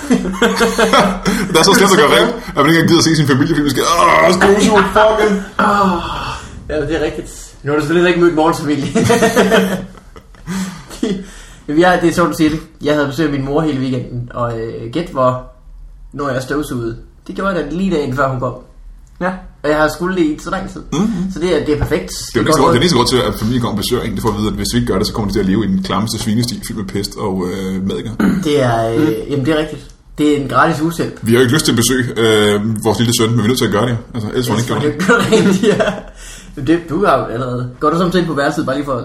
det er så slemt at gøre rent, at man ikke engang gider at se sin familie, fordi man skal, åh, oh, støvsuger, fucking.
Ja, det er rigtigt. Nu har du selvfølgelig ikke mødt morgens familie. ja, det er sjovt, du siger det. Jeg havde besøg af min mor hele weekenden, og øh, gæt hvor, når jeg støvsugede. Det gjorde jeg da lige dagen før hun kom.
Ja.
Og jeg har skulle det i så lang tid. Mm-hmm. Så det er, det er perfekt.
Mhm. Det er jo næste grund, det
godt råd.
er næste grund til, at familien kommer og besøger en, det får at vide, at hvis vi ikke gør det, så kommer de til at leve i den klammeste svinesti, fyldt med pest og øh, madikker.
Det er, øh, jamen det er rigtigt. Det er en gratis hushjælp.
Vi har jo ikke lyst til at besøge øh, vores lille søn, men vi er nødt til at gøre det. Altså, ellers var det ikke gøre
Det
det.
er godt rent, ja. Men Det, du har jo allerede. Går du samtidig på værelset bare lige for at,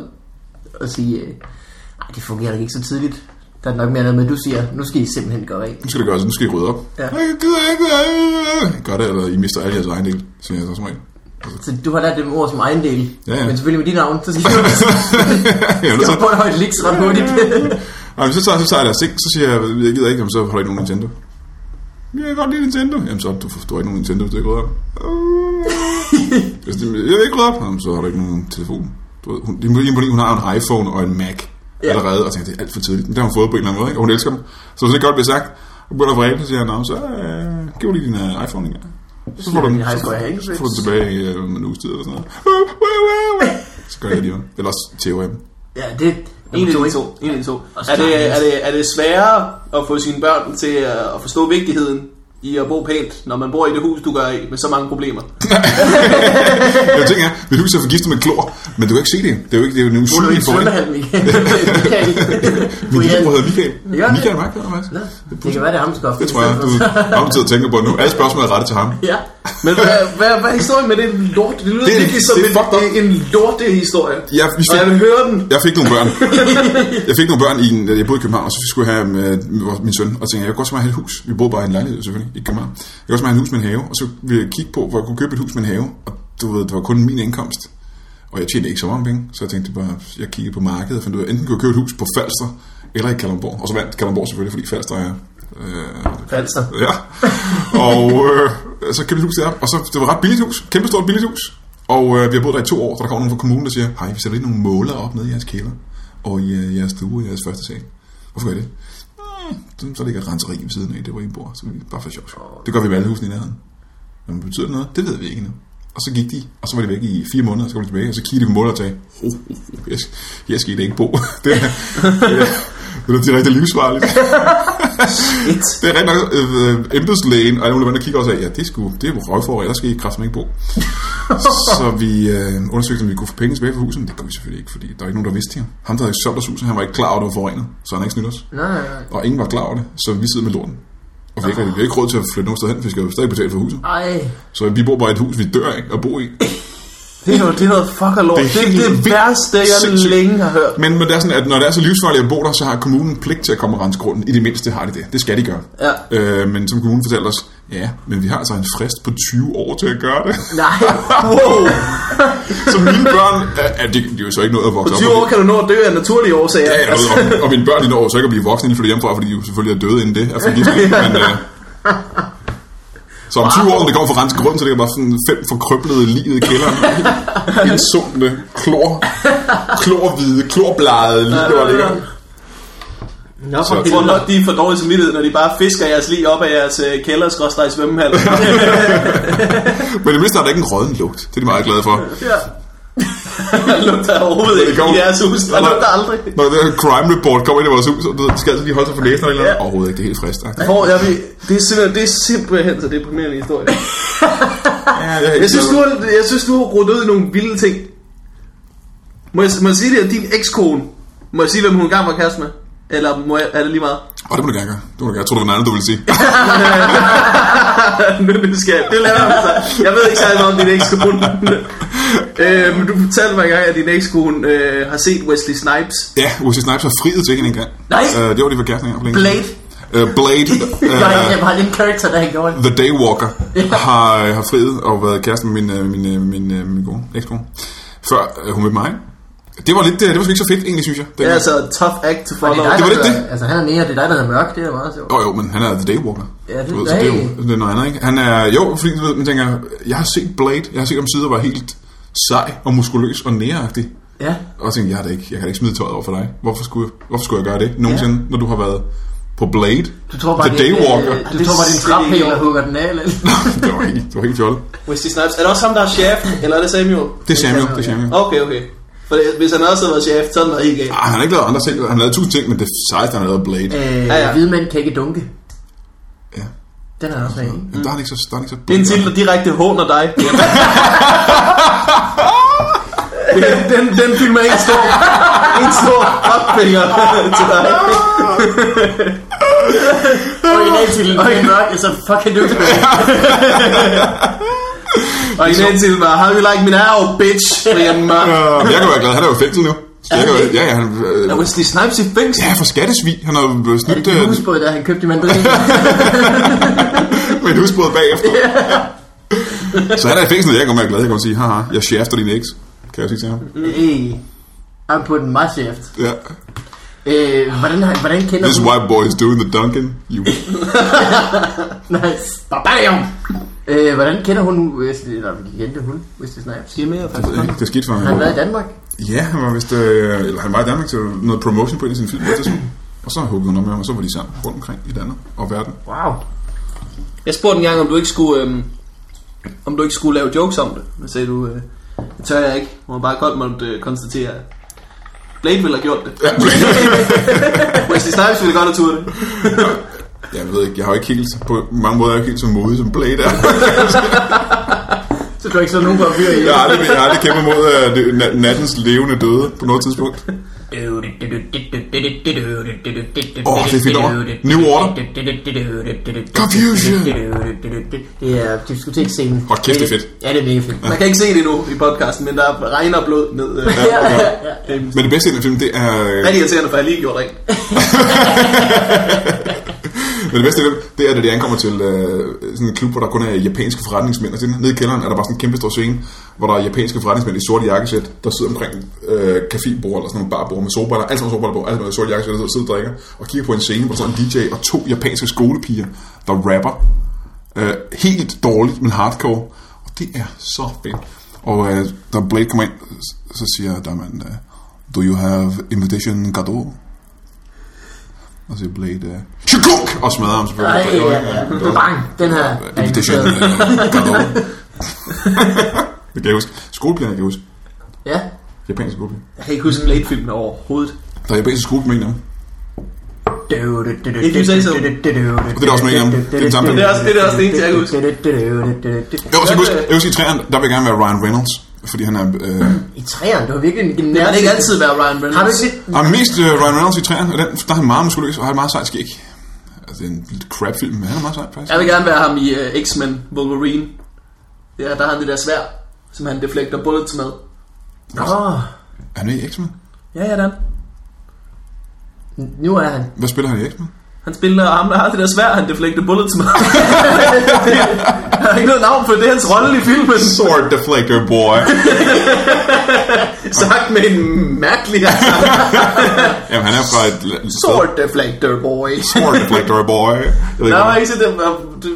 at sige, øh, nej, det fungerer da ikke så tidligt. Der er nok mere noget med, at du siger, nu skal I simpelthen gøre rent.
Nu skal det gøres, nu skal I rydde op.
Ja.
"Ej, Jeg gider ikke. øh." Gør det, eller I mister alle jeres egen del, siger jeg så som regel.
Så du har lært dem ord som egen del.
Ja, ja.
Men selvfølgelig med dit navn, så skal du
ja, men så,
på et højt liks ret hurtigt.
jamen, så, tager, så tager jeg deres ting, så siger jeg, jeg gider ikke, jamen, så har du ikke nogen Nintendo. Jeg kan godt lide Nintendo. Jamen så, du forstår ikke nogen Nintendo, hvis du ikke rydder op. Øh. Hvis de, jeg vil ikke rydde op. Jamen, så har du ikke nogen telefon. Du ved, hun, det er imponerende, hun har en iPhone og en Mac ja. allerede, og tænker, det er alt for tidligt. Men det har hun fået på en eller anden måde, ikke? og hun elsker dem. Så hvis det godt bliver sagt, og begynder at vrede, så siger han, "Nå, så øh, giv mig lige din øh, iPhone igen. Så får du den,
"Jeg har
så,
sgu ikke
så får du den tilbage i øh, om en uges tid eller sådan noget. Så gør jeg det alligevel. Eller også TOM.
ja, det
En af
to,
de
ikke?
to. En af de to.
så
Er
tager
det,
man-
er, det, er det sværere at få sine børn til øh, at forstå vigtigheden i at bo pænt, når man bor i det hus, du gør i, med så mange problemer?
Jeg tænker, mit hus er forgiftet med klor, men du kan ikke se det. Det er jo ikke, det er jo en
Hun er jo
usynlig
ikke
forurening.
svømmehalm, Michael. Michael.
Min lillebror
Brian.
hedder Michael.
Ja.
Michael Mark hedder han faktisk.
Det kan være, det er ham, der skal
Det tror jeg, du har tid at tænke på nu. Alle spørgsmål er rettet til ham.
Ja.
Men hvad, hvad, hvad er historien med det lort? Det lyder
Det
det,
er-
virkelig som
det er
en,
fucked up.
en lortehistorie.
Jeg, vi
Og
fik,
jeg vil høre den.
jeg fik nogle børn. Jeg fik nogle børn i en, jeg boede i København, og så skulle jeg have med, med min søn, og tænkte, jeg kunne også have et hus. Vi boede bare i en lejlighed, selvfølgelig, i København. Jeg kunne også have et hus med en have, og så ville jeg kigge på, hvor jeg kunne købe et hus med en have, og du ved, det var kun min indkomst. Og jeg tjente ikke så mange penge, så jeg tænkte bare, jeg kiggede på markedet og fandt ud af, enten kunne jeg købe et hus på Falster, eller i Kalundborg. Og så vandt Kalundborg selvfølgelig, fordi Falster er øh,
Falster.
Ja. Og øh, så købte vi huset op, og så det var et ret billigt hus, kæmpestort billigt hus. Og øh, vi har boet der i to år, så der kommer nogen fra kommunen, der siger, hej, vi sætter lige nogle måler op nede i jeres kælder, og i øh, jeres stue og jeres første sal. Hvorfor gør I det? "Mm, Så ligger renseri ved siden af, det var I bor, så vi bare for sjov. skyld." Det gør vi med alle husene i nærheden. Men betyder det noget? Det ved vi ikke endnu. Og så gik de, og så var de væk i fire måneder, og så kom de tilbage, og så kiggede de på måler og sagde, oh, jeg, jeg skal ikke bo. det er, det er, det er direkte livsfarligt.
Et.
Det er rent nok øh, øh, embedslægen og alle mulige andre kigger også af, ja, det, skulle, det er jo røgforår, ellers skal I kraften ikke bo. så vi øh, undersøgte, om vi kunne få penge tilbage fra huset, men det kunne vi selvfølgelig ikke, fordi der var ikke nogen, der vidste det. Ham, der havde solgt os huset, han var ikke klar over, at det var forurenet, så han har ikke snydt os.
Nej, nej, nej.
Og ingen var klar over det, så vi sidder med lorten. Og vi har ikke, rigtig- vi har ikke råd til at flytte nogen sted hen, for vi skal jo stadig betale for huset.
Ej.
Så vi bor bare i et hus, vi dør ikke at bo i.
Det er jo det er noget fucker lort.
Det
Det
er
er det,
helt
det
vildt
værste, jeg
sindssygt.
længe har hørt.
Men når det, er sådan, at når det er så livsfarligt at bo der, så har kommunen pligt til at komme og rense grunden. I det mindste har de det. Det skal de gøre.
Ja.
Øh, men som kommunen fortæller os, ja, men vi har altså en frist på 20 år til at gøre det.
Nej.
Wow.
så mine børn, er, er, de, de er jo så ikke nået at vokse
På
op.
20 år kan du nå at dø af naturlige årsager.
Ja, ja, og, og, og mine børn, de når jo så ikke at blive voksne, inden de flytter hjemmefra, fordi de jo selvfølgelig er døde inden det. Er forgiftning, men, øh, så om 20 år, når det kommer for rense grund, så det er bare sådan fem forkrøblede lignede i kælderen. Helt- Helt sunde, klor, klorhvide, klorbladede lige der ligger.
Nå, for
Så-
Jeg tror
helvede.
nok, de er for dårlige samvittighed, når de bare fisker jeres lige op af jeres øh, kælder skråstrej svømmehal.
Men det mindste er der ikke en rådden lugt. Det er de meget glade for.
ja. Der lugter overhovedet ikke i jeres hus. Der lugter aldrig.
Når det her crime report kommer ind i vores hus, så så skal altså lige holde sig for næsen eller noget. Overhovedet ikke, det er helt frist.
Hvor jeg vil, det, er simpelthen, det er simpelthen så deprimerende historie. Jeg synes, du har, jeg synes, du har rodet ud i nogle vilde ting. Må jeg, må jeg sige det, at din ekskone... Må jeg sige, hvem hun engang var kæreste med? Eller må jeg, er det lige meget?
Åh, det må du gerne gøre. Det må du gerne. Jeg tror, det var noget andet, du ville sige.
nu er det skal Det lader vi så. Jeg ved ikke særlig meget om din ekskone. øh, men du fortalte mig engang, at din ekskone øh, har set Wesley Snipes.
Ja, Wesley Snipes har friet til hende engang.
Nej.
Øh, det var det, vi kæresten af.
Blade.
Uh, Blade.
Nej,
Uh,
jeg var en karakter, der ikke gjorde det.
The Daywalker har, øh, har friet og været kæreste med min, øh, min, øh, min, øh, min kone, ekskone. Før øh, hun mødte mig. Det var lidt, øh, det var sgu ikke så fedt, egentlig, synes jeg.
Det
Det,
er altså et tough act to
Og det
follow.
er dig,
Det var
der
det ikke
hedder- Altså, han er nære, det er dig, der hedder mørk, det er meget sjovt.
Jo, jo, men han er The Daywalker.
Ja, det-
Du ved, så det, er
nej.
jo det er noget andet, ikke? Han er, jo, fordi du ved, man tænker, jeg har set Blade, jeg har set om sider var helt sej og muskuløs og næreagtig.
Ja.
Og tænkte, jeg, har da ikke, jeg kan da ikke smide tøjet over for dig. Hvorfor skulle, hvorfor skulle jeg gøre det nogensinde, ja. når du har været på Blade?
Du tror bare,
The
det er- øh,
Daywalker.
Du tror bare, det er en traphæl, der hugger den af, eller?
det var helt, det var helt fjollet.
Altså, Wesley Snipes. Er det også ham, der er chef? Eller er det Samuel?
Det er Samuel, det er Samuel.
Okay, okay. For det, hvis han også havde været chef, så havde det helt galt.
Ah, han har ikke lavet andre ting. Han har lavet tusind ting, men det sejeste, han har lavet Blade.
Øh,
Ja, ja.
hvide mænd kan ikke dunke.
Ja.
Den er også med, ikke?
Jamen, der er han ikke så... Der er han ikke så
Det er en titel, der direkte håner dig. den, den film er en stor, en stor opfinger til dig.
Originaltitlen er mørk, så fuck kan du ikke spille.
Og i den titel var, How you like me now, bitch? Brian Mørk.
Øh, jeg kan være glad. Han er jo i fængsel nu. Så jeg kan være, ja, ja, han... Øh,
Er Wesley Snipes i fængsel?
ja, for skattesvig. Han har jo
Er det
snydt
din
øh,
husbåd, der han købte i mandarin?
med en husbåd bagefter. Så han er i fængsel, jeg kommer være glad. Jeg kommer sige, haha, jeg shafter din eks. Kan jeg sige til ham?
Ej. Han på den meget chef.
Ja.
Øh, hvordan, har- hvordan kender
This
du...
white boy is doing the Duncan. You.
Nice. Bam! Øh, hvordan kender hun Wesley... Eller kendte hun Wesley Snipes?
Giv mere, faktisk.
Det er skidt for ham.
Har han været i Danmark?
Ja, han var vist... Øh, eller han var i Danmark til noget promotion på en af sine film. på et tidspunkt. Og så huggede hun om med ham, og så var de sammen rundt omkring i Danmark og verden.
Wow.
Jeg spurgte en gang, om du ikke skulle, øhm, om du ikke skulle lave jokes om det. Men sagde du, øh, det tør jeg ikke. Må bare godt måtte øh, konstatere, at Blade ville have gjort det.
Ja,
Wesley Snipes ville godt have turde det.
jeg ved ikke, jeg har jo ikke helt... På mange måder er jeg jo ikke helt så modig som Blade er.
Så du har ikke så nogen på at fyre i.
Jeg har aldrig, jeg har aldrig kæmpet mod øh, det, na- nattens levende døde på noget tidspunkt.
Åh, oh, det er fedt over. New Order.
Confusion.
Det er diskoteksscenen.
Hold kæft, det er fedt.
Ja, det er mega fedt.
Man kan ikke se det nu i podcasten, men der regner blod ned. Øh, øh,
Men det bedste i den film, det er... øh,
Hvad er det irriterende, for jeg lige gjorde rent.
Men det bedste i den, det er, da de ankommer til øh, sådan en klub, hvor der kun er japanske forretningsmænd. Og sådan, nede i kælderen er der bare sådan en kæmpe stor scene, hvor der er japanske forretningsmænd i sorte jakkesæt, der sidder omkring øh, cafébord eller sådan nogle barbord med solbriller. Alt sammen solbriller på, alt med sorte jakkesæt, der sidder og drikker. Og kigger på en scene, hvor der står en DJ og to japanske skolepiger, der rapper. Øh, helt dårligt, men hardcore. Og det er så fedt. Og øh, da Blade kommer ind, s- så siger der mand, øh, Do you have invitation gado? Og så siger Blade, øh, Shukuk! Og smadrer ham
Ej,
selvfølgelig.
ja, ja. Bang! Den her er
Invitation
inkluderet.
øh, gado. det kan jeg huske. Skolepigerne kan jeg huske.
Ja.
Japanske skolepiger.
Jeg kan ikke huske Blade-filmen overhovedet.
Der er japanske skolepiger, mener jeg.
If
you say so.
Det er også med en af dem. Det er den samme film.
Det er også- det er også det eneste, jeg kan huske.
Jeg vil også
Hvad
huske,
med-
jeg husker i træerne, der vil jeg gerne være Ryan Reynolds. Fordi han er... Øh,
I træerne, det var virkelig en
Det
gymnasium.
kan ikke altid være Ryan Reynolds.
Har du ikke set?
Og mest øh, Ryan Reynolds i træerne, og den, der er han meget muskuløs og har et meget sejt skæg. Altså, det er en lidt crap film, men han er meget sej, faktisk.
øh, Jeg vil gerne være ham i uh, X-Men Wolverine. Ja, der har han det der svær. som han deflekter bullets med.
Åh,
Er han i X-Men?
Ja, ja, den.
nu er han.
Hvad spiller han i X-Men?
Han spiller ham, der har det der svær, han deflekter bullets med. han har ikke noget navn på det, er hans rolle i filmen.
Sword Deflector Boy.
Sagt med en mærkelig accent.
Jamen, han er fra et... la- sted.
Sword deflector boy.
Sword Deflector Boy. Jeg ved
Der var
ikke,
ikke set det. hvor du-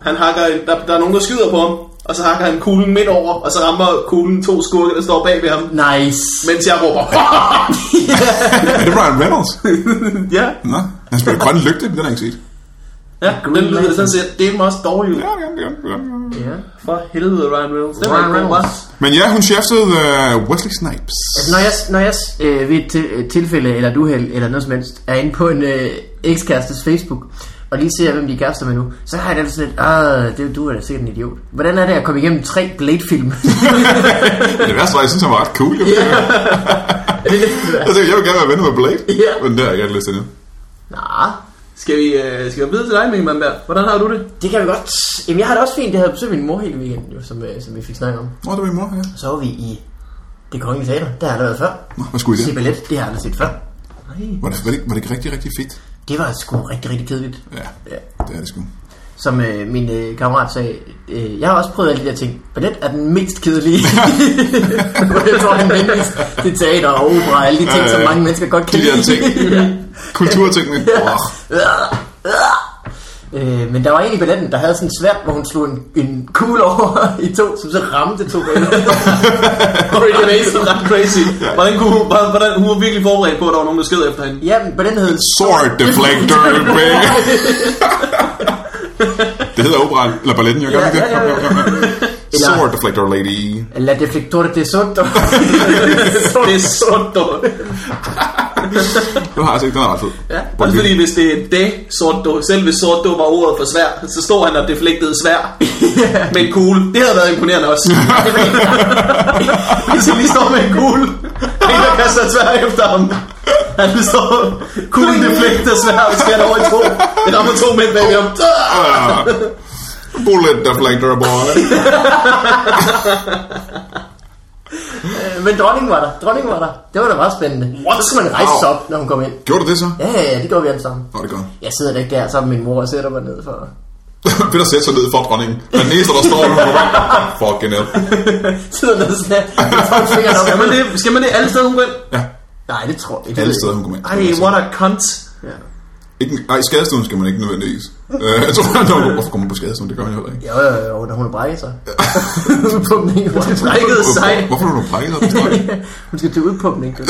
Han hakker, en- der, der er nogen, der skyder på ham, og så hakker han kuglen midt over, og så rammer kuglen to skurke, der står bag ved ham,
Nice.
mens jeg råber.
er det Ryan Reynolds?
ja,
Nå, han spiller grøn lygte, den har jeg ikke set.
ja, den lyder sådan set, det er også dårligt ud.
Ja, ja, ja, ja.
Ja.
For helvede, Ryan Reynolds. Det var
Ryan
en god
Reynolds.
ret.
Men ja, hun cheftede uh, Wesley Snipes.
Altså, når jeg, når jeg øh, ved et til, øh, tilfælde eller et uheld eller noget som helst er inde på en øh, ekskærestes Facebook og lige ser, hvem de er kærester med nu, så har jeg det altid lidt, ah, det, du er da sikkert en idiot. Hvordan er det at komme igennem tre Blade-film?
Det værste var, jeg synes, han var ret cool. Jo. Yeah. jeg tænkte, jeg vil gerne være venner med Blade.
Ja.
Men det har jeg ikke lyst til nu.
Nå,
Skal vi, øh, skal vi videre til dig, Mikkelmann der? Hvordan har du det?
det kan vi godt. Jamen, jeg har det også fint. Jeg havde besøgt min mor hele weekenden, jo, som, øh, som vi fik snakket om.
Nå, det var min mor, ja.
Så var vi i det kongelige teater. Der har jeg været før.
Nå, hvad skulle I
Se
det?
ballet, det har jeg aldrig set før.
Var det, var det, var det ikke rigtig, rigtig fedt?
Det var sgu rigtig, rigtig kedeligt.
Ja,
Ja.
det er det sgu.
Som øh, min øh, kammerat sagde, øh, jeg har også prøvet alle de der ting. Ballet er den mindst kedelige. Og jeg tror, han henviste til teater og opera og alle de ting,
Ja, ja,
som
ja.
mange mennesker godt kan
De der ting.
ja.
Kulturtingene. Åh,
øh, men der var en i balletten, der havde sådan et svært, hvor hun slog en, en kugle over i to, som så ramte to balletter.
Pretty amazing, ret crazy. Hvordan kunne hun, hvordan- hvordan, hun var virkelig forberedt på, at der var nogen, der skød efter hende.
ja, men balletten hed...
Sword Deflector Boy. Det hedder opera, eller balletten, jeg gør
Ja,
ikke det?
ja, ja, ja.
Sword Deflector Lady.
La deflector de sotto.
Det er så dumt.
Den har jeg set, den er ret fed.
Ja,
Altså,
også fordi hvis det er det, Sordo, selv hvis Sordo var ordet for svær, så stod han og deflektede svær med en kugle. Det havde været imponerende også. hvis han lige står med en kugle, og en, der kaster et svær efter ham. Han står, kuglen deflekter svær, og skal over i to. Det rammer to mænd bagved ham.
Ah. Bullet Deflector Boy.
Øh, men dronningen var der. Dronningen var der. Det var da meget spændende.
What?
Så skulle man rejse sig
Wow.
op, når hun kom ind.
Gjorde du det så?
Ja, ja, ja, det gjorde vi alle sammen.
Nå, det gør han.
Jeg sidder da ikke der sammen med min mor og sætter mig ned for...
Peter sætter sig ned for dronningen. Men den eneste, der står nu, fucking hell.
Sidder ned sådan her. Jeg tager fingeren op.
Skal man det, skal man det alle steder, hun går ind?
Nej, det tror jeg ikke.
Alle steder, hun kommer ind.
Ej, what a cunt.
Ja.
Ikke, ej, skadestuen skal man ikke nødvendigvis. Øh, jeg tror, han var, hvorfor kommer man på skadestuen? Det gør jeg heller ikke.
Jo, jo, jo, når hun har brækket sig. Udpumpning.
Brækket sej.
Hvorfor, hvorfor har du brækket dig? tror jeg?
Hun skal til udpumpning. du.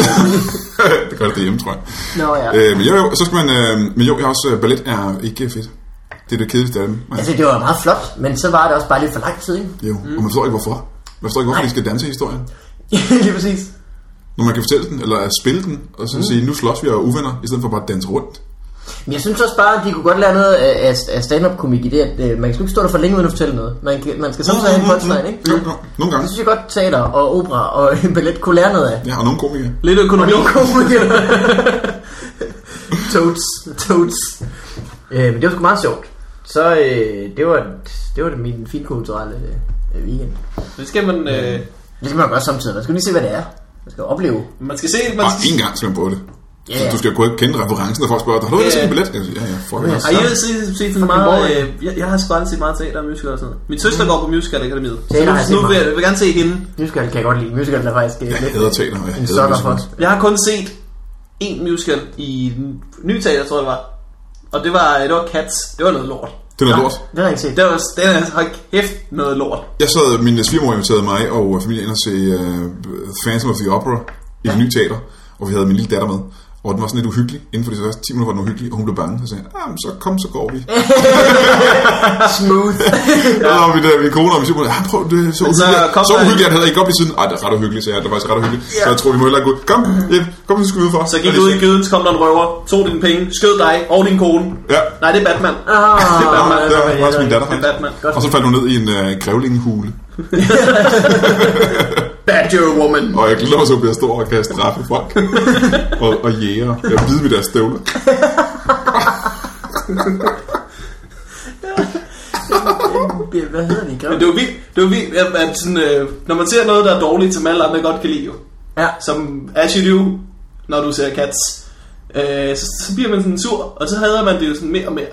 det gør det derhjemme, tror jeg.
Nå ja.
Øh, men jo, jo, så skal man... Øh, men jo, jeg har også... Øh, ballet er ikke fedt. Det er det kedeligste af dem. Man,
Altså, det var meget flot, men så var det også bare lidt for lang tid, ikke?
jo, og man forstår ikke, hvorfor. Man forstår ikke, hvorfor de skal danse i historien.
Lige præcis.
Når man kan fortælle den, eller spille den, og
Mm.
så sige, nu slås vi og er uvenner, i stedet for bare at danse rundt.
Men jeg synes også bare, at de kunne godt lære noget af, af- af stand-up-komik i det, at øh, man skal ikke stå der for længe uden at fortælle noget. Man, kan, man skal samtidig have en punchline, ikke?
Jo, jo, nogle gange.
Det synes jeg godt, teater og opera og ballet kunne lære noget af.
Ja, og nogle komikere.
Lidt økonomi.
Toads, toads. Øh, men det var sgu meget sjovt. Så øh, det var det var det min finkulturelle øh, weekend.
Det skal man... Øh,
Det skal man jo gøre samtidig. Man skal lige se, hvad det er. Man skal opleve.
man skal se... Man
Bare
skal,
en gang skal man prøve det.
Ja, ja.
Du skal jo kunne kende referencen, når folk spørger, har du
Ja,
ikke set
ja.
en billet? Jeg siger, Ja, ja, fuck
Ja.
yes.
Har I ellers set, set sådan
boring.
meget... Øh, jeg, jeg, har sgu aldrig set meget teater og musical og sådan noget. Min søster går på Musical Akademiet. Så
Teater har jeg set
nu, nu vil
meget.
jeg, jeg vil gerne se hende.
Musical kan jeg godt lide. Musical er faktisk øh,
Jeg
lidt
hader teater, og jeg hader
en sukker for.
musicals.
Jeg har kun set én musical i den nye teater, tror jeg det var. Og det var, det var Cats. Det var noget lort.
Det er noget lort.
Det har jeg ikke set.
Det var, den er, hold kæft, noget lort.
Jeg sad, min svigermor inviterede mig og familien ind og se uh, Phantom of the Opera i det nye teater, og vi havde min lille datter med. Og den var sådan lidt uhyggelig. Inden for de første 10 minutter var den uhyggelig, og hun blev bange. Så sagde jeg, "Ah, men så kom, så går vi.
Smooth.
Ja. Og min, øh, min kone og min svigermor, ja, prøv, det er så
Men så
uhyggeligt.
kom
Så
der en-
uhyggeligt, at han havde ikke op i tiden. Ej, det er ret uhyggeligt, sagde jeg. Det var faktisk ret uhyggeligt. Så jeg tror, vi må heller ikke gå ud. Kom, hjem, kom, så skal vi ud for.
Så gik du ud i gyden, så kom der en røver, tog dine penge, skød dig og din kone.
Ja.
Nej, det er Batman.
Ah,
Det er Batman.
Det var faktisk min datter,
Det
faktisk.
er Batman.
Og så faldt hun ned i en øh, grævlingehule.
Badger Woman.
Og jeg glæder mig så, at jeg bliver stor og kan straffe folk. og, og jæger. Jeg bider med deres støvler.
det de, hvad hedder de?
Men det er jo vildt, det er jo vildt at, at sådan, øh, når man ser noget, der er dårligt, som alle andre godt kan lide jo.
Ja.
Som as you do, når du ser Cats. Øh, så, så, bliver man sådan sur, og så hader man det jo sådan mere og mere.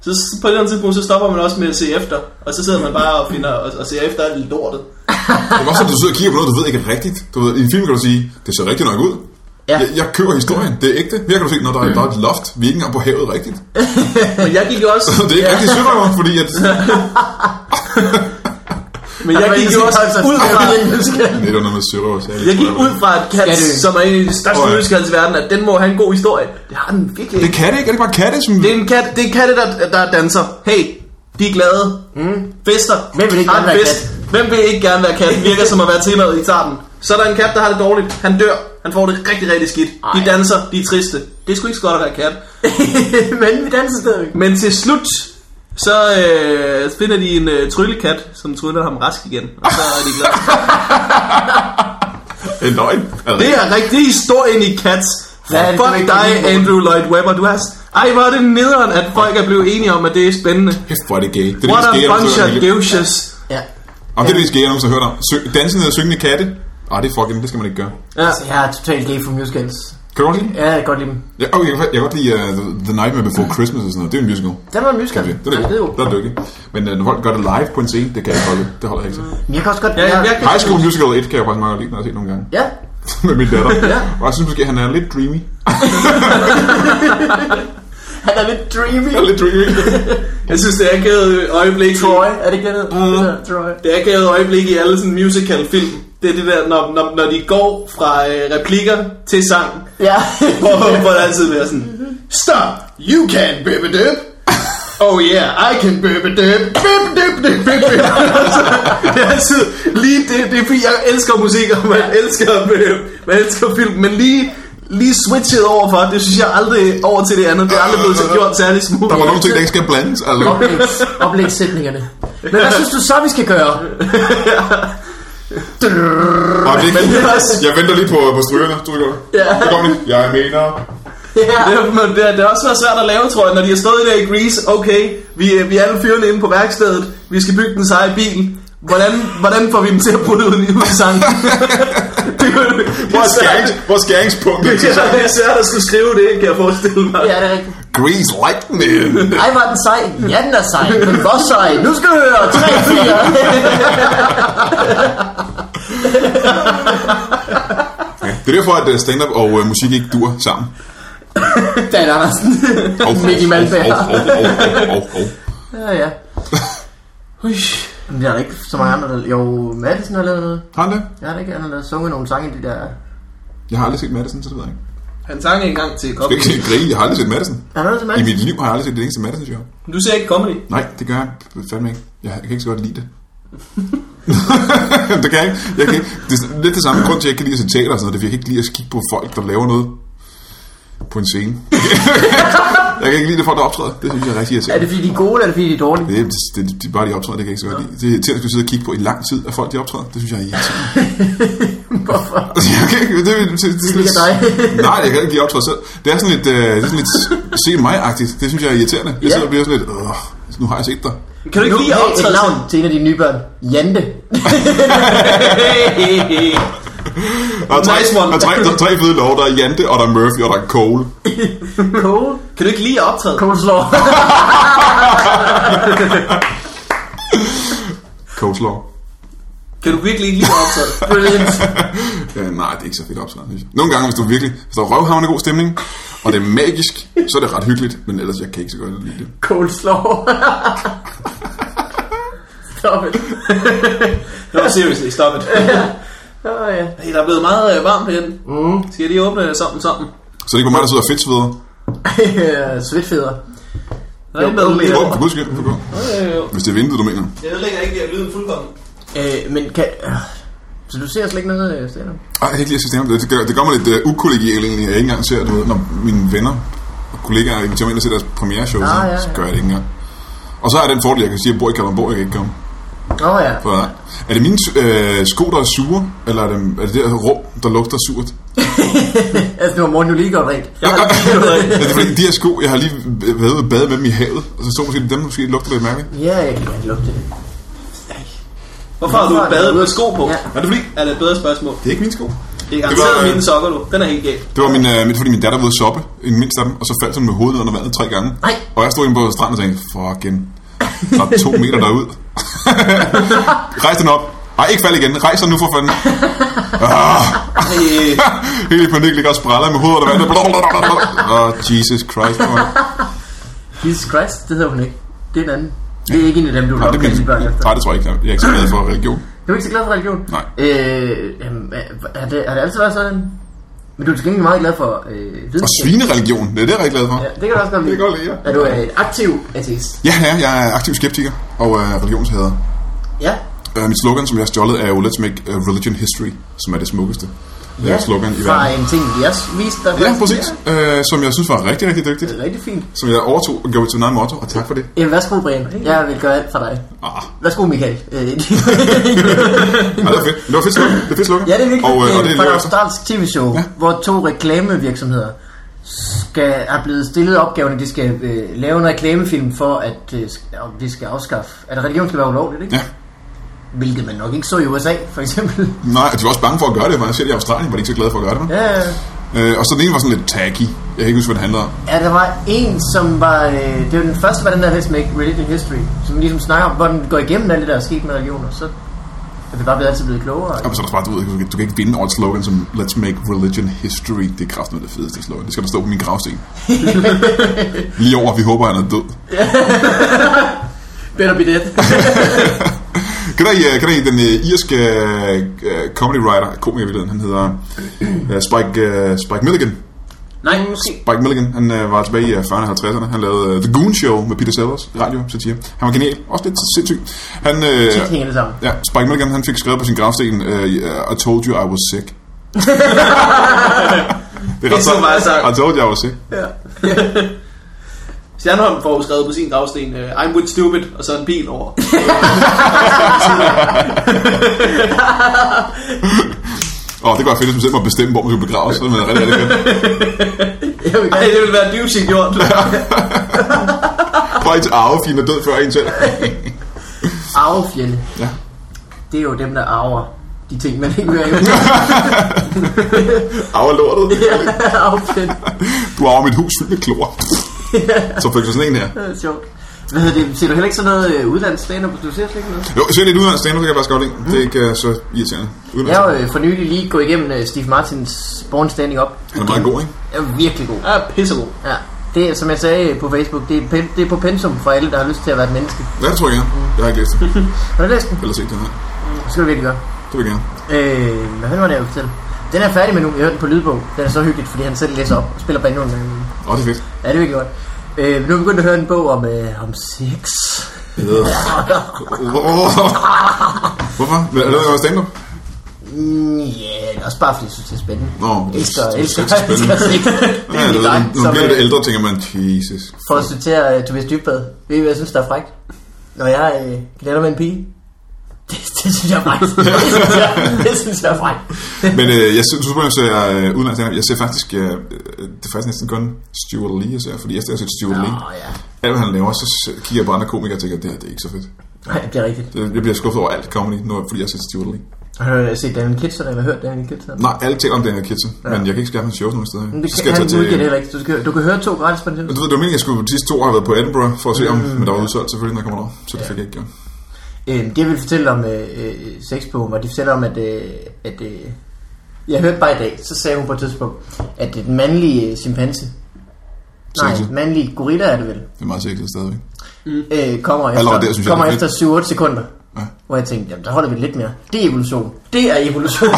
Så s- på et eller andet tidspunkt, så stopper man også med at se efter. Og så sidder man bare og, finder, og, og ser efter alt lortet.
Det er også, at du sidder og kigger på noget, du ved ikke er rigtigt. Du ved, I en film kan du sige, det ser rigtigt nok ud.
Ja.
Jeg, jeg køber historien, det er ægte. Her kan du se, når der er, der er et loft, vi er ikke engang på havet rigtigt.
Men jeg gik jo også...
Det er ikke rigtig sødt fordi at...
Men jeg gik jo også ud fra...
Nej, det var noget med sørøver, så jeg,
Jeg gik ud fra et kat,
Skatte.
som er en af de største
Åh, ja.
musicals i verden, at den må have en god historie. Det har den virkelig
Det
ikke.
kan det ikke, er det bare katte, som...
Det er en kat, det er katte, der, der danser. Hey, de er glade. Mm. Fester.
Hvem vil ikke
Har en
gerne være
fest. Hvem vil ikke gerne være kat? Virker som at være temaet i tarten. Så er der en kat, der har det dårligt. Han dør. Han får det rigtig, rigtig skidt. De
Ej.
danser. De er triste. Det er sgu ikke så godt at være kat.
Men vi danser stadigvæk.
Men til slut, så øh, finder de en øh, tryllekat, som tryller ham rask igen. Og så er de glade.
En løgn.
Det er rigtig historien i Cats.
Hvad er det, du
Fuck
ikke kan
dig,
lide?
Andrew Lloyd Webber. Du har... s- Ej, hvor er det nederen, at folk er blevet enige om, at det er spændende.
Kæft, hvor er det gay. Det er
What
det mest gay,
a
jeg
bunch
nogensinde
of
har hørt.
douches.
Ja.
Om det er det mest gay, jeg nogensinde har hørt om. Sø- Dansende og syngende katte. Ah, det er fucking, det skal man ikke gøre.
Ja.
Altså, jeg er totalt gay for musicals.
Kan du godt lide det?
Ja, jeg kan godt lide dem.
Ja, okay, jeg kan, jeg kan godt lide uh, The Nightmare Before Christmas og sådan noget. Det er en musical.
Den var en musical.
Okay, det er det.
jo.
Der er det ikke. Men uh, når folk gør det live på en scene, det kan jeg ikke holde. Det holder jeg ikke til.
Men jeg kan også godt...
Ja, jeg, jeg, kan-
High School Musical 1 kan jeg faktisk meget godt lide, når jeg har set nogle gange.
ja.
Med min datter. Og jeg synes måske, han er lidt dreamy.
Han er lidt dreamy.
Han er lidt dreamy.
jeg synes, det er akavet øjeblik. i-
Troy, Mm. er det ikke det, der hedder? Troy.
Det er akavet øjeblik i alle sådan musical-film. Det er det der, når, når, når de går fra øh, replikker til sang.
Ja.
Hvor, hvor der altid bliver sådan... Stop! You can bip a dip. Oh yeah, I can bip a dip. Bip dip dip bip bip. altså, det er altid lige det, det er fordi, jeg elsker musik, og man elsker, øh, man elsker film, men lige lige switchet over for, det synes jeg aldrig over til det andet. Det er aldrig blevet så gjort særlig smooth.
Der var nogle ting, der ikke skal blandes. Altså.
Oplægs, oplægssætningerne. Men hvad synes du så, vi skal gøre?
Og det,
Men det er også-
jeg venter lige på, øh, på strygerne. Stryger.
Ja.
Så kommer de. Jeg mener...
Ja.
Det, er- men det, har- det har også været svært at lave, tror jeg, når de har stået der i Grease. Okay, vi, er- vi er alle fyrene inde på værkstedet. Vi skal bygge den seje bil. Hvordan, hvordan får vi dem til at putte ud i ud i sangen? det, er jo- det
Hvor
er
er, skærings,
svært.
hvor er skæringspunktet?
Det er- det er svært at skulle skrive det, kan jeg forestille mig.
Ja, det er rigtigt.
Grease lightning.
Ej, var den sej? Ja, den er sej. Men hvor sej? Nu skal du høre. 3, 4.
Det er derfor, at øh, stand-up og øh, musik ikke dur sammen.
Dan Andersen.
Oh,
Mickey Malberg. Ja, ja. Men der er da ikke så mange andre, der... Jo, Madison har lavet noget.
Har han det?
Jeg har da ikke andet, der har sunget nogle sange i de der...
Jeg har aldrig set Madison, så det ved jeg ikke.
Han sang en gang til
Du kan
comedy.
ikke grine, jeg har aldrig set Madison.
Er der noget til
I
Madison?
mit liv har jeg aldrig set det eneste Madison-show.
Du ser ikke comedy.
Nej, det gør jeg fandme ikke. Jeg kan ikke så godt lide det. det kan jeg ikke. Jeg kan ikke. Det er lidt det samme grund til, at jeg ikke kan lide at se teater og sådan noget. Det er, fordi jeg kan ikke lide at kigge på folk, der laver noget på en scene. jeg kan ikke lide det folk, der optræder. Det synes jeg er rigtig
Er
irriterende.
det fordi, de er gode, eller er det fordi, de er dårlige?
Det er, det, det, det er bare de optræder, det kan jeg ikke så godt lide. Det er irriterende, at skulle sidde og kigge på i lang tid, at folk de optræder. Det synes jeg er irriterende.
Hvorfor?
Altså, jeg kan ikke, det, er- det, det, det,
Det er dig.
Nej, jeg kan ikke lide at optræde selv. Det er sådan lidt, øh, det er sådan lidt se mig-agtigt. Det synes jeg er irriterende. Jeg
Ja.
sidder og bliver sådan lidt, Åh, nu har jeg set dig.
Kan du
Nu
ikke lige
gav et
optræde
navn til en af dine nye børn. Jante.
sådan?
Der er, tre,
Nice one.
der, er tre, der er tre fede lov. Der er Jante, og der er Murphy, og der er Cole.
Cole.
Kan du ikke lige optræde?
Cole slår.
Cole's lov.
Kan du virkelig ikke lige optræde?
Brilliant.
Øh, nej, det er ikke så fedt optræden. synes jeg. Nogle gange, hvis du virkelig, hvis der er røvhavn god stemning, og det er magisk, så er det ret hyggeligt. Men ellers, jeg kan ikke så godt lide det.
Cole slår. Stop it.
No, seriously, stop it.
Åh, ja.
Hey, der er blevet meget øh, varmt herinde. Mm. Skal jeg lige åbne sammen sammen?
Så det er ikke bare mig, der sidder og fedt sveder.
øh, Svedtfædre.
Der er ikke noget
Gå,
mere.
for guds skyld. gå. Hvis det er vinduet, du mener.
Jeg ødelægger ikke at lyden fuldkommen.
Øh, men kan... øh, Så du ser slet ikke noget, øh, Stefan?
Ej, jeg kan ikke lide at se stand-up. Det, gør, det gør mig lidt uh, ukollegial egentlig. Jeg ikke engang ser, du ved, når mine venner og kollegaer inviterer mig ind og ser deres premiere-show, ah, ja, ja. så gør jeg det ikke engang. Og så er den fordel, jeg kan sige, at jeg bor i Kalundborg, jeg kan ikke komme.
Åh, ja.
For, er det mine øh, sko, der er sure, eller er det, er det der rum, der lugter surt?
Altså, det var Morten jo lige godt rent.
Jeg har lige noget af.
er det fordi, de her sko, jeg har lige været ude og bade med dem i havet, og så så måske dem, måske lugter lidt mærkeligt.
Ja, jeg kan godt lugte det.
Hvorfor har
Hvorfor er
du
det
badet med
ude?
sko på?
Ja.
Er det fordi?
Er det et bedre spørgsmål?
Det er ikke min sko.
Det er
Det var,
garanteret
øh,
mine sokker, du. Den er helt galt.
Det var min, øh, min- fordi min datter var ude at shoppe, en mindst af dem, og så faldt hun med hovedet under vandet tre gange.
Nej.
Og jeg stod inde på stranden og tænkte, fuck igen. Der er to meter derud. Rejs den op. Nej, ikke fald igen. Rejs den nu for fanden. Ah,
Øh,
helt i panik ligger og spræller med hovedet under vandet. Blablabla. Oh, Jesus Christ. Man.
Jesus Christ, det hedder hun ikke. Det er en anden. Det er ikke en af dem, du vil
Nej, det,
opkalde dine børn efter.
nej, det tror jeg ikke. Jeg er ikke så glad for religion.
Du er ikke så glad for religion?
Nej.
Øh, jamen, er- er, det, er det altid været sådan? Men du er til gengæld meget glad for øh, videnskab.
Og svinereligion, det er det, jeg er rigtig glad for.
Ja, det kan du også godt lide.
Det kan jeg godt lide, ja.
Er du øh, aktiv ateist?
Ja, ja, jeg er aktiv skeptiker og øh, religionshader.
Ja.
Øh, mit slogan, som jeg har stjålet, er jo Let's Make øh, Religion History, som er det smukkeste ja. øh, slogan i
Fra
verden.
en ting, vi også viste dig.
Ja,
faktisk.
præcis. Øh, som jeg synes var rigtig, rigtig dygtigt.
Det er rigtig fint.
Som jeg overtog og gjorde til Nine Motto, og tak for det.
Jamen, værsgo, Brian. Jeg vil gøre alt for dig.
Ah,
Værsgo, Michael. Øh,
ja, det var fedt. Det var fedt slogan. Det var fedt slogan.
ja, det er virkelig.
Og, øh, og det er
det er fra
det, jeg
et
så.
australsk tv-show, ja. hvor to reklamevirksomheder skal, er blevet stillet opgaven, at de skal øh, lave en reklamefilm for, at øh, sk- om de skal afskaffe, at religion skal være ulovligt, ikke?
Ja.
Hvilket man nok ikke så i USA, for eksempel.
Nej, de var også bange for at gøre det, for jeg ser det i Australien, var de ikke så glade for at gøre det. Ja.
ja, ja.
Øh, og så den ene var sådan lidt tacky. Jeg kan ikke huske, hvad det handlede om.
Ja, der var en, som var... Øh, det var den første, var den der Let's Make Religion History, som ligesom snakker om, hvordan den går igennem alt det, der er sket med religioner. Så er vi bare blevet altid blevet klogere.
Og så er der bare, du, ved, du kan- du kan ikke vinde over et slogan som Let's Make Religion History. Det er kraften det fedeste slogan. Det skal der stå på min gravsten. Lige over, vi håber, han er død.
Better be dead.
Kan I, øh, kan I den øh, irske øh, comedy writer, komiker i virkeligheden, han hedder øh, Spike, øh, Spike Milligan.
nej, måske.
Spike Milligan, han øh, var tilbage i øh, 40'erne og 50'erne. Han lavede øh, The Goon Show med Peter Sellers, radio, satire. Han var genial, også lidt sindssyg. Han, øh,
Tit hænger det sammen.
ja, Spike Milligan, han fik skrevet på sin gravsten, øh, I told you I was sick. det er
så meget sagt.
I told you I was sick.
Stjernholm får jo skrevet på sin gravsten, øh, I'm with stupid, og så en bil over.
Åh, det går jeg fedt, hvis man selv må bestemme, hvor man skal begraves. Så er man rigtig, rigtig fedt.
Jeg vil
Ej,
gerne.
det ville være dybt gjort.
Prøv ikke til arve, fint er død før en selv.
Arvefjælde.
Ja.
Det er jo dem, der arver de ting, man ikke vil have.
Arve lortet.
Arvefjælde.
Du arver mit hus fyldt med klor. Så fik du sådan en her.
Det er sjovt. Hvad hedder det? Ser du heller ikke sådan noget øh, udlandsstand Du ser slet ikke noget?
Jo, selv lidt udenlands stand det kan jeg faktisk godt lide. Det er ikke øh, så irriterende. Udenlands.
Jeg har jo øh, for nylig lige gået igennem øh, Steve Martins Born Standing Up.
Han er meget god, ikke?
Det er virkelig god.
Ja, pissegod.
Ja. Det, er, som jeg sagde øh, på Facebook, det er, pen, det er på pensum for alle, der har lyst til at være et menneske.
Ja, det tror jeg gerne. Jeg har ikke læst det.
Har du læst den?
Eller set den her.
Det skal du virkelig gøre.
Det vil jeg gerne.
Øh, hvad fanden var det, jeg ville fortælle? Den er færdig med nu. Jeg hørte den på lydbog. Den er så hyggeligt, fordi han selv læser op og spiller banjoen. Øh,
Åh, det er fedt.
Ja, det er virkelig godt. Øh, nu er vi begyndt at høre en bog om, øh, om sex.
Hvorfor? Er det noget stand-up?
Mm, Ja, yeah, også bare fordi jeg synes, det er spændende.
Nå, det
elsker,
er- det er
elsker,
så spændende.
elsker sex. Det
Ja,
er
det
lige
ved,
dig,
nu
som
bliver det
øh,
ældre, tænker man, Jesus.
for at citere øh, Tobias Dybvad. Ved I, hvad jeg synes, der er frækt? Når jeg øh, glæder med en pige. Det, det synes jeg er frækt. Det synes jeg, det synes jeg er frækt.
Men øh, jeg synes, at jeg ser øh, udenlands stand-up. Jeg ser faktisk, øh, øh, det er faktisk næsten kun Stuart Lee, jeg ser. Fordi efter jeg har set Stuart Lee,
Nå, ja.
alt hvad han laver, så s- kigger jeg på andre komikere og tænker, det her det er ikke så fedt.
Nej, det er rigtigt.
Det- Jeg bliver skuffet over alt comedy, nu, fordi jeg har set Stuart Lee.
Har du øh, set Daniel Kitson, eller hørt Daniel Kitson?
Nej, alle taler om Daniel Kitson, ja. men jeg kan ikke skaffe hans shows nogen steder.
Men det
Så
kan, han udgiver det
Men
heller ikke. Du, skal, du kan høre to gratis på den
du ved, det var meningen, jeg skulle de sidste to år have været på Edinburgh for at se om,
Mm.
men der var udsolgt selvfølgelig, når jeg kommer derop, så det fik jeg ikke gjort.
Øh, det jeg ville fortælle om øh, øh, sexbogen, var de fortæller om, at, øh, at øh, jeg hørte bare i dag, så sagde hun på et tidspunkt, at den mandlige øh, chimpanse, nej,
Sexet.
mandlige gorilla er det vel,
Det er meget sikkert stadigvæk.
øh, kommer
Mm. Allerede
efter,
der, synes jeg,
kommer
det er
efter 7-8 sekunder.
Ja.
Hvor jeg tænkte, jamen der holder vi lidt mere. Det er evolution. Det er evolution.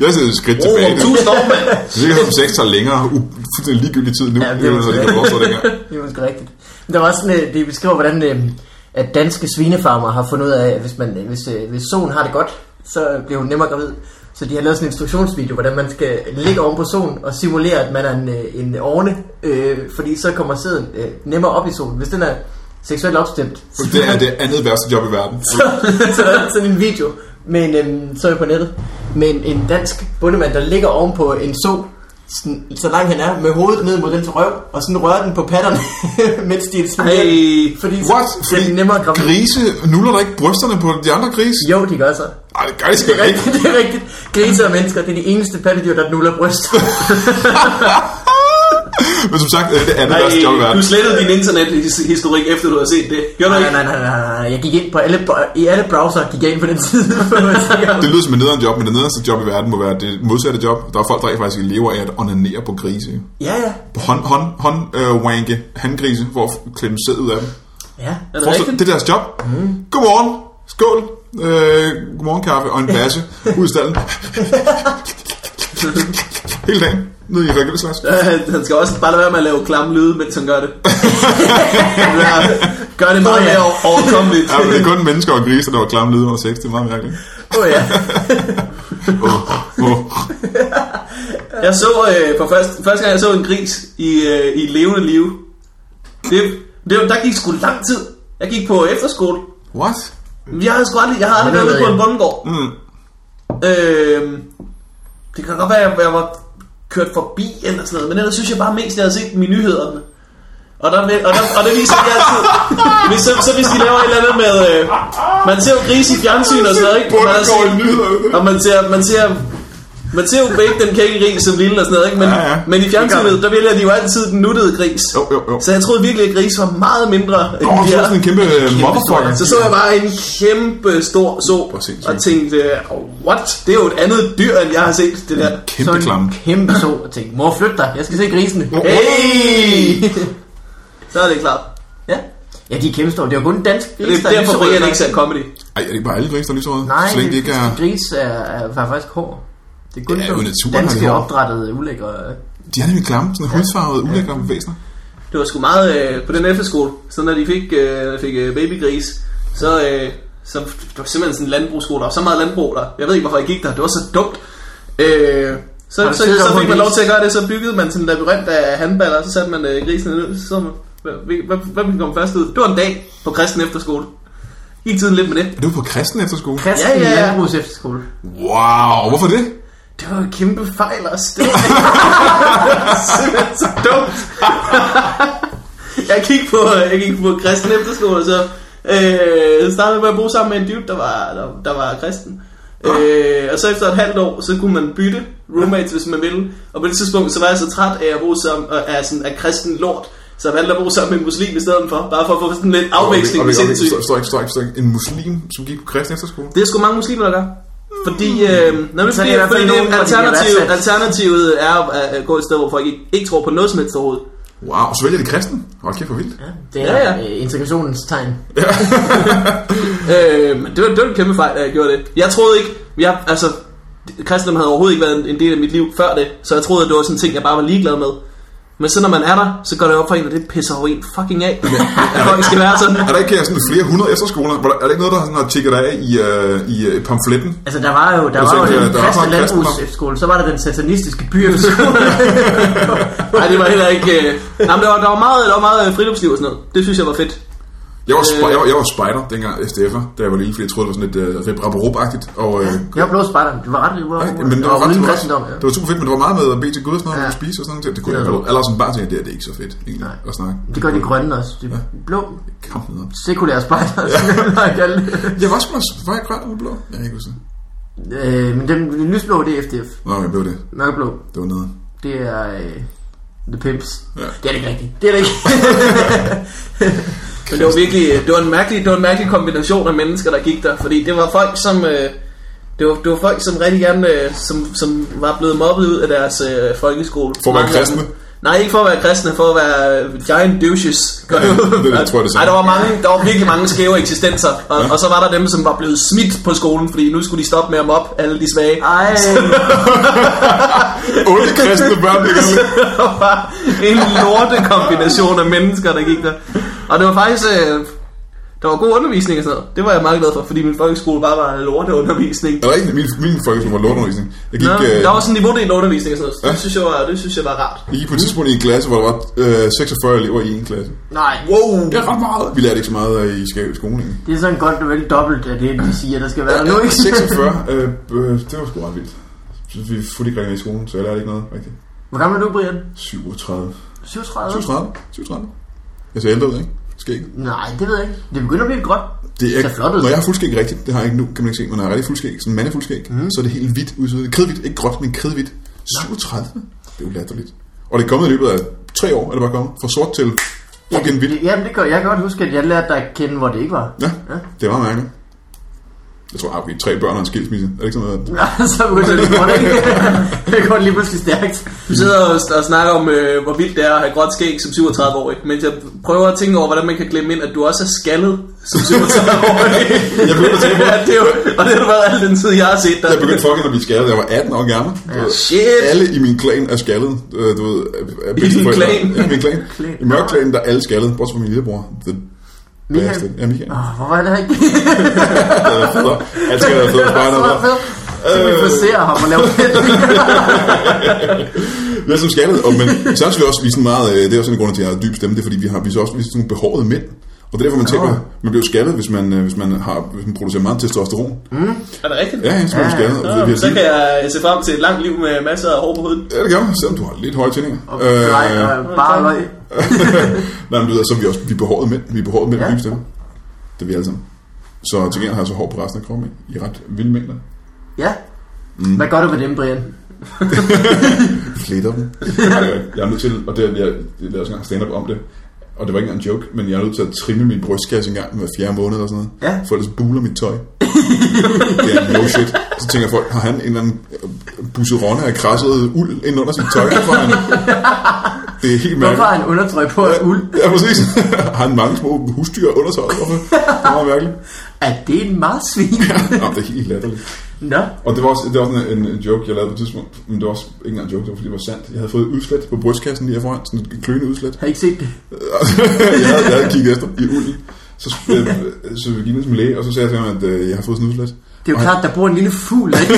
Jeg sidder et skridt
Oh,
tilbage. Det
tusind år, mand.
er sikkert, at sex tager længere, u- fuldstændig ligegyldig tid nu.
Ja,
Ja,
det
det
er
er det, der forestår dengang.
det er måske rigtigt. Men der var sådan, øh, det beskriver, hvordan øh, at danske svinefarmer har fundet ud af, at hvis, man, øh, hvis, øh, hvis solen har det godt, så øh, bliver hun nemmere gravid. Så de har lavet sådan en instruktionsvideo, hvordan man skal ligge oven på solen og simulere, at man er en, øh, en orne, øh, fordi så kommer sæden øh, nemmere op i solen. Hvis den er seksuelt opstemt, så,
Det er det andet værste job i verden.
så der er sådan en video med en, øhm, så er jeg på nettet, med en, en dansk bundemand, der ligger ovenpå en so,
sådan, så langt han er, med hovedet ned mod dens røv, og sådan rører den på patterne, mens de er sådan
Hey.
Fordi så,
What? Fordi
Det er nemmere at komme-
grise nuller der ikke brysterne på de andre grise?
Jo, de gør så.
Nej, det gør de sgu da ikke.
det er rigtigt. Grise og mennesker, det er de eneste pattedyr, der nuller bryster.
Men som sagt, øh, det er det værste job i
Nej,
verden.
du slettede din internethistorik efter du har set det. Gjorde du
nej,
ikke?
nej, nej, nej, nej, nej. Jeg gik ind på alle, i alle browser, gik jeg ind på den side. for at se, om-
Det lyder som et nederen job, men det nederste job i verden må være det modsatte job. Der er folk, der ikke faktisk lever af at onanere på grise.
ja, ja.
På hånd, hånd, hånd øh, wanke, handgrise, for at klemme sæd ud af dem.
Ja.
Er det
Forestil-
rigtigt?
det er deres job. Mm. Godmorgen. Skål. Øh, godmorgen kaffe og en basse ud i stallen. Hele dagen. Nede i Rikkelslags.
Øh, Han skal også bare lade være med at lave klamme lyde, mens han gør det. Det er- gør det meget mere overkommeligt.
Ja, men det er kun mennesker og grise, der var klamme lyde under sex. Det er meget mærkeligt.
Åh oh, ja.
Oh, oh.
Jeg så øh, for første, første gang, jeg så en gris i, øh, i et levende liv. Det, det, var- der gik sgu lang tid. Jeg gik på efterskole.
What?
Jeg har sgu aldrig, jeg har aldrig
Ja,
været
det
ude på
ved
en bondegård.
Mm.
Øh, det kan godt være, at jeg var kørt forbi eller sådan noget, men ellers synes jeg bare mest, at jeg havde set dem i nyhederne. Og, der, og, der, og det viser de altid. Hvis, så, så hvis de laver et eller andet med... Øh, man ser jo grise i fjernsyn og sådan noget, ikke? Man har
Bundegård i
set-
nyhederne.
og man ser, man ser, man ser jo begge den kække gris som lille og sådan noget, ikke? Men,
Ja, ja.
men i
Det gør
fjernsynet, der vælger de jo altid den nuttede gris.
Jo, jo, jo.
Så jeg troede virkelig, at gris var meget mindre end
Åh, oh,
de
så
er.
er sådan en kæmpe øh, motherfucker.
Så så jeg bare en kæmpe stor så
Hvor sindssygt.
og tænkte, oh, what? Det er jo et andet dyr, end jeg har set det der.
Kæmpe klamme.
kæmpe så og tænkte, mor flyt dig, jeg skal se grisene.
Hey! Så er det klart.
Ja. Ja, de er kæmpe store. Det var kun en dansk gris,
Det er derfor,
lyserød.
Brian ikke ser comedy.
Ej, er det ikke bare alle grise, der er lyserøde?
Nej,
Så længe de
det,
ikke er...
gris er, er, er faktisk hård. Det er kun
Ja,
sådan
jo, naturen har
danske
det hår.
opdrettede ulækre.
De er nemlig klamme, sådan hudfarvede, ulækre væsener.
Det var sgu meget øh, på den efterskole. Så når de fik, øh, fik øh, babygris, så, øh, så det var simpelthen sådan en landbrugsskole. Der var så meget landbrug der. Jeg ved ikke, hvorfor jeg gik der. Det var så dumt. Øh,
Har
så,
du
så,
siddet
så,
oppe på
fik man
en
lov
is?
til at gøre det. Så byggede man sådan en labyrint af handballer, og så satte man øh, grisene ned. Så så man, hvad, hvad, hvad ville komme først ud? Det var en dag på kristen efterskole. Gik tiden lidt med det.
Er du på kristen efterskole?
Kristen
Ja,
ja,
ja,
ja,
ja.
landbrugs efterskole.
Wow, hvorfor det?
Det var en kæmpe fejl også. Det var simpelthen så dumt. jeg gik på, jeg gik på kristen efterskole, og så øh, startede med at bo sammen med en dude, der var, der, der var kristen. Øh, og så efter et halvt år, så kunne man bytte roommates, hvis man ville. Og på det tidspunkt, så var jeg så træt af at bo sammen og af, sådan, af kristen lort, så jeg valgte at bo sammen med en muslim i stedet for. Bare for at få sådan lidt afveksling
Okay,
i
okay, okay,
sindssygt.
Stop, stop, stop, stop. En muslim, som gik på kristen efterskole?
Det er sgu mange muslimer, der gør. Fordi, øh, nemlig,
Mm. Så er
fordi,
det i hvert fald
fordi
nogen,
det,
hvor de bliver
alternativet,
værdsat.
alternativet er at, at gå et sted, hvor folk ikke, ikke tror på noget som helst overhovedet.
Wow, så vælger de kristen? Hold kæft, hvor vildt.
Det
Ja,
er øh,
ja.
ja, ja. integrationens tegn.
Øh, men det var, det var en kæmpe fejl, at jeg gjorde det. Jeg troede ikke, jeg, altså, kristendom havde overhovedet ikke været en, en del af mit liv før det, så jeg troede, at det var sådan en ting, jeg bare var ligeglad med. Men så når man er der, så går det op for en, og det pisser jo en fucking af, at folk skal være sådan.
Er der ikke øh, sådan flere hundrede efterskoler? Hvor der- Er der ikke noget, der sådan har tjekket dig af i, øh, i øh, pamfletten?
Altså, der var jo, der var
siger,
jo
der-
den
der var faktisk
kristne
kristne
landbrugs efterskole, så var der den satanistiske byefterskole.
Nej, det var heller ikke... Øh, nej, men der var, der var meget, der var meget øh, friluftsliv og sådan noget. Det synes jeg var fedt.
Jeg var,
Øh.
sp- jeg, var, jeg var spider dengang SDF'er, da jeg var lille, fordi jeg troede, det var sådan lidt øh, rip rap rup agtigt og øh,
jeg var blå spejder. Det var ret, det var,
Nej, men det var, ret,
uden
det, var,
kristendom. Ja.
det var super fedt, men det var meget med at bede til Gud og sådan noget, ja.
Ja.
spise og sådan noget. Det kunne
Det
jeg
er
godt. Eller som bare tænke, det er det er ikke så fedt egentlig,
Nej.
at snakke.
Det gør de grønne også. De blå,
Kamp ned.
sekulære spejder. Ja.
Jeg var sgu da, var jeg grøn eller blå? Jeg kan ikke huske det.
øh, men dem, den lysblå, det er FDF.
Nå, jeg blev det.
Mørkeblå,
Det var nede.
det er øh, The Pimps.
Ja.
Det er det ikke rigtigt. Det er det ikke.
Men det var virkelig, øh, det var en mærkelig, det var en mærkelig kombination af mennesker, der gik der, fordi det var folk, som... Øh, det var, det var folk, som rigtig gerne øh, som, som var blevet mobbet ud af deres øh, folkeskole.
For at være
Mange af dem-
kristne?
Nej, ikke for at være kristne, for at være øh, giant douches. Ja,
det tror jeg, det er
Nej, der var, mange, der var virkelig mange skæve eksistenser, og, ja. og, så var der dem, som var blevet smidt på skolen, fordi nu skulle de stoppe med at mobbe alle de svage.
Ej,
Onde kristne børn, det gør det.
der var en lorte kombination af mennesker, der gik der. Og det var faktisk... Øh, der var god undervisning og sådan noget. Det var jeg meget glad for, fordi min folkeskole bare var en lorteundervisning.
Er der ikke min, min folkeskole var lortundervisning? Jeg gik,
Nå,
øh,
der var sådan en niveaudel undervisning og sådan noget.
Ja.
Det synes jeg var, det synes jeg var rart.
jeg gik på et tidspunkt i en klasse, hvor der var øh, 46 elever i en klasse.
nej.
Wow, det er ret meget. Vi lærte ikke så meget øh, i Skæ- skolen. egentlig.
Det er sådan godt og vel dobbelt af det, de siger, der skal være nu, ikke?
46, øh, øh, det var sgu ret vildt. Jeg synes, vi er fuldt i gang i skolen, så jeg lærte ikke noget rigtigt.
Hvor gammel er du, Brian?
37.
37?
37? 37? Jeg ser ældre ud, ikke? Skæg.
Nej, det ved jeg ikke. Det begynder at blive lidt grønt.
Det er,
Ser flot ud.
når jeg er fuldskæg rigtigt, det har jeg ikke nu, kan man ikke se, men når jeg er rigtig fuldskæg, sådan mandefuldskæg, mm. så er det helt hvidt udsynet. Kridhvidt, ikke gråt, men kridhvidt. 37? Det er jo latterligt. Og det er kommet i løbet af tre år, er det bare kommet? Fra sort til fucking hvidt.
Jamen, det kan, jeg kan godt huske, at jeg lærte dig at kende, hvor det ikke var.
Ja, det er meget mærkeligt. Jeg tror, at vi er tre børn og en skilsmisse. Er det ikke sådan noget?
så begynder det lige godt, ikke? Det går lige pludselig stærkt.
Du sidder og, og snakker om, øh, hvor vildt det er at have gråt skæg som 37-årig, mens jeg prøver at tænke over, hvordan man kan glemme ind, at du også er skaldet som 37-årig.
Jeg begyndte at tænke på-
ja, det er jo, og det har du været al den tid, jeg har set dig.
Jeg begyndte fucking at blive skaldet, da jeg var 18 år gammel. Du ved,
Shit.
Alle i min klan er skaldet. øh, Du ved, er, er bedsteforældre.
klan?
Ja, min klan. I mørklanen, der er alle skaldet, bortset fra min lillebror. The
Michael?
bastard. Ja, Michael.
Åh, hvor var det her ikke?
Der er federe. Han skal være federe spejder.
Så fedt. Så vi friserer ham og laver fedt.
Vi er som skaldet, og, men samtidig er vi også, vi er sådan meget, øh, det er også en af grunde til, at jeg har dyb stemme, det er fordi, vi, har, vi er så også vi er sådan nogle behårede mænd. Og det er derfor, man tænker, man bliver jo skaldet, hvis man, øh, hvis man, har, hvis man producerer meget testosteron.
Er det rigtigt?
Ja, ja, så bliver man skaldet. og det bliver
Så kan
livet.
jeg se frem til et langt liv med masser af hår på hovedet.
Ja, det gør man, selvom du har lidt høje tændinger. Øh,
Og drej og øh, bare løg.
Nej, men du ved, så er vi også, vi er behårede mænd. Vi er behårede mænd,
Ja.
ja. det er vi alle sammen. Så til gengæld har jeg så hår på resten af kroppen, ikke? I ret vilde mængder.
Ja.
Mm.
Hvad gør du med dem, Brian?
Fletter dem. Øh, jeg er nødt til, og det, jeg, jeg lavede også engang stand-up om det, og det var ikke engang en joke, men jeg er nødt til at trimme min brystkasse en gang hver fjerde måned eller sådan noget.
Ja.
For ellers buler mit tøj. det er no shit. Så tænker folk, har han en eller anden busseronne af krasset uld ind under sit tøj? Hvorfor har han- Det er helt
Hvorfor
mærkeligt.
har han undertrøj på af uld?
Ja, præcis. har han mange små husdyr under tøjet? Hvorfor? Det er meget mærkeligt.
Er det en marsvin?
Jamen, det er helt latterligt.
Nå.
Og det var også, det var sådan en, en joke, jeg lavede på et tidspunkt. Men det var også ikke engang en joke, det var fordi, det var sandt. Jeg havde fået et udslæt på brystkassen lige her foran. Sådan en kløende udslæt.
Har I ikke set det?
jeg, havde, jeg havde kigget efter i ulden. Så, øh, så vi gik ned som læge, og så sagde jeg til ham, at øh, jeg har fået sådan en udslæt.
Det er jo
Og han-
klart, der bor en lille fugl. ikke?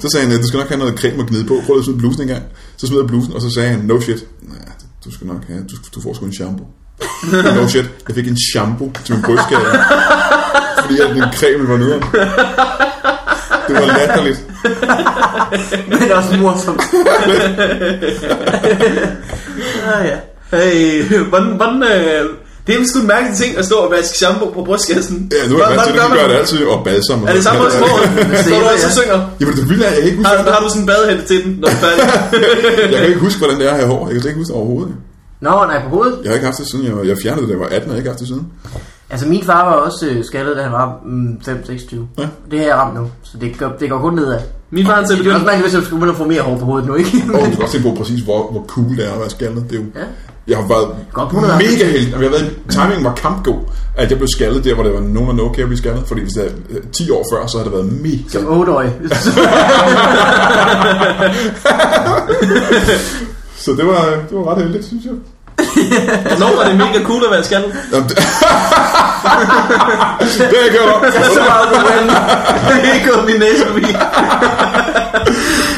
Så sagde han, at du skal nok have noget creme at gnide på. Prøv lige at smide blusen en gang. Så smed jeg blusen, og så sagde han, no shit. Nej, du skal nok have, du, du får sgu en shampoo. no shit, jeg fik en shampoo til min brystskade. fordi at min creme var nede. Det var latterligt.
Men også morsomt. ah, ja.
Hey, hvordan, hvordan, øh, det er sgu en mærkelig ting at stå og vaske shampoo på brystkassen.
Ja, nu er jeg vant til det, de gør det altid, og balsam. og
Er det
sådan
samme hos
noget.
sproget? Står du
Sæbe,
også og
ja.
synger?
Jamen, det vildt er, jeg kan ikke huske,
Har, har du sådan en badehætte til den, når du er færdig?
jeg kan ikke huske, hvordan det er at have hår. Jeg kan slet ikke huske det overhovedet.
Nå, nej, på hovedet.
Jeg har ikke haft det siden, jeg, jeg fjernede det, da jeg var 18, og jeg har ikke haft det siden.
Altså, min far var også øh, skaldet, da han var mm, 5-26.
Ja.
Det har jeg ramt nu, så det går, det går kun nedad.
Min far han til
Det er også
begyndt.
mærkeligt, hvis jeg skulle begynde at få mere hår på hovedet nu, ikke?
Og du kan også se på præcis, hvor, hvor cool det er at være skaldet. Det er jo,
Ja.
Jeg har været
Godt på det,
mega heldig. Jeg har været, timingen var kampgod, at jeg blev skaldet der, hvor det var nogen og no care, vi skaldet. Fordi hvis det er øh, 10 år før, så har det været mega...
Som 8-årig.
Så det var, det var ret heldigt, synes jeg.
Hvornår var det mega cool at være skaldet?
Jamen, det, det har jeg gjort om.
Det er gået min næse forbi.
Det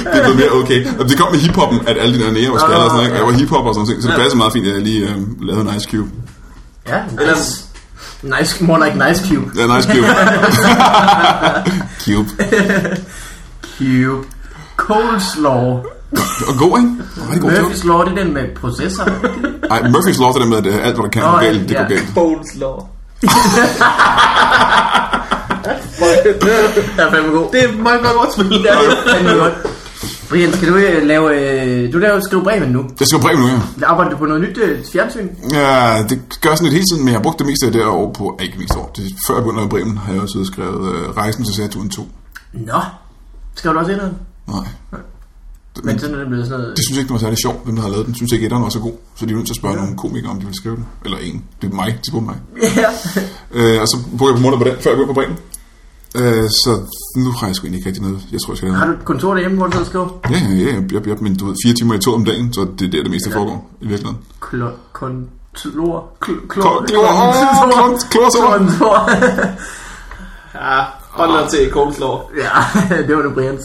er blevet mere okay. Og det kom med hiphoppen, at alle de der nære var skaldet og sådan noget. ikke? Jeg var hiphopper og sådan noget, så det passer meget fint, at jeg lige øh, lavede en Ice Cube.
ja, nice. Nice, more like nice cube.
Ja, en Ice Cube. Cube.
Cube. Coleslaw.
Og god, ikke? Og rigtig god joke.
Murphy's Law, det er den med processor.
Ej, Murphys Law er det der med, at øh, alt, hvad der kan,
Nå,
går
ja,
galt. Det går
ja.
galt.
Bones law.
Det er fandme god.
Det er meget godt ordspil. Ja.
Fandme godt. Brian, skal du øh, lave... Øh, du laver skrive breven nu.
Jeg skal brev nu, ja.
Arbejder du på noget nyt øh, fjernsyn?
Ja, det gør jeg sådan lidt hele tiden, men jeg har brugt det meste af det her år på, ah, ikke meste år, det, før jeg begyndte at Bremen, har jeg også siddet og skrevet øh, Rejsen til Saturn 2.
Nå. Skal du også ind noget?
Nej,
Men sådan er det blevet sådan noget...
det synes jeg ikke, det var særlig sjovt, hvem der havde lavet den. synes ikke, etteren var så god, så de er nødt til at spørge ja. nogle komikere, om de vil skrive den. Eller en. Det er mig, de spurgte mig.
Ja.
Øh, og så brugte jeg på måneder på den, før jeg begyndte på Bremen. Øh, så nu har jeg sgu egentlig ikke rigtig noget. Jeg tror, jeg skal lave
Har
noget.
du et kontor derhjemme, hvor du sidder og skriver?
Ja, ja, ja, ja, ja, men du ved, fire timer i to om dagen, så det er der, det meste foregår i virkeligheden.
Klo- Kontor... Kl-
Klor,
klor-
klor, åh, klor, klor, klor,
Kontor.
Ja, hold da til Coles law.
Ja, det var nu Brians.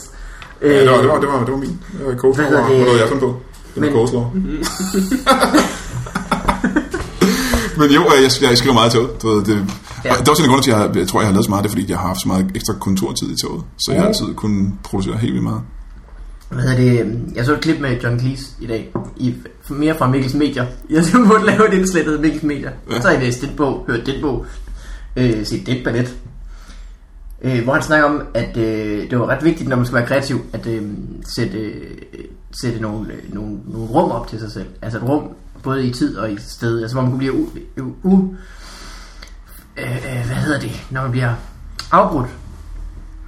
Øh,
Ja, det var, det var, det var, det var min øh, coleslaw,
Hvad hedder
og
det?
noget jeg fandt på. Det var
Men-
coleslaw. Men jo, øh, jeg, jeg skriver meget i toget. Du ved, det, ja. det er også en grund til, at jeg, jeg tror, jeg har lavet så meget. Det er, fordi jeg har haft så meget ekstra kontortid i toget. Så jeg har altid kunnet producere helt vildt meget.
Hvad hedder det? øhm, Jeg så et klip med John Cleese i dag. I, mere fra Mikkels Medier. Jeg skulle måtte lave et indslag, der hedder Mikkels Medier. Ja. Så har jeg læst den bog, hørt den bog, øh, set den ballet. Øh, hvor han snakker om, at øh, det var ret vigtigt, når man skal være kreativ, at øh, sætte, øh, sætte nogle, øh, nogle, nogle rum op til sig selv. Altså et rum, både i tid og i sted. Altså hvor man kunne blive u... u, u øh, øh, hvad hedder det? Når man bliver afbrudt.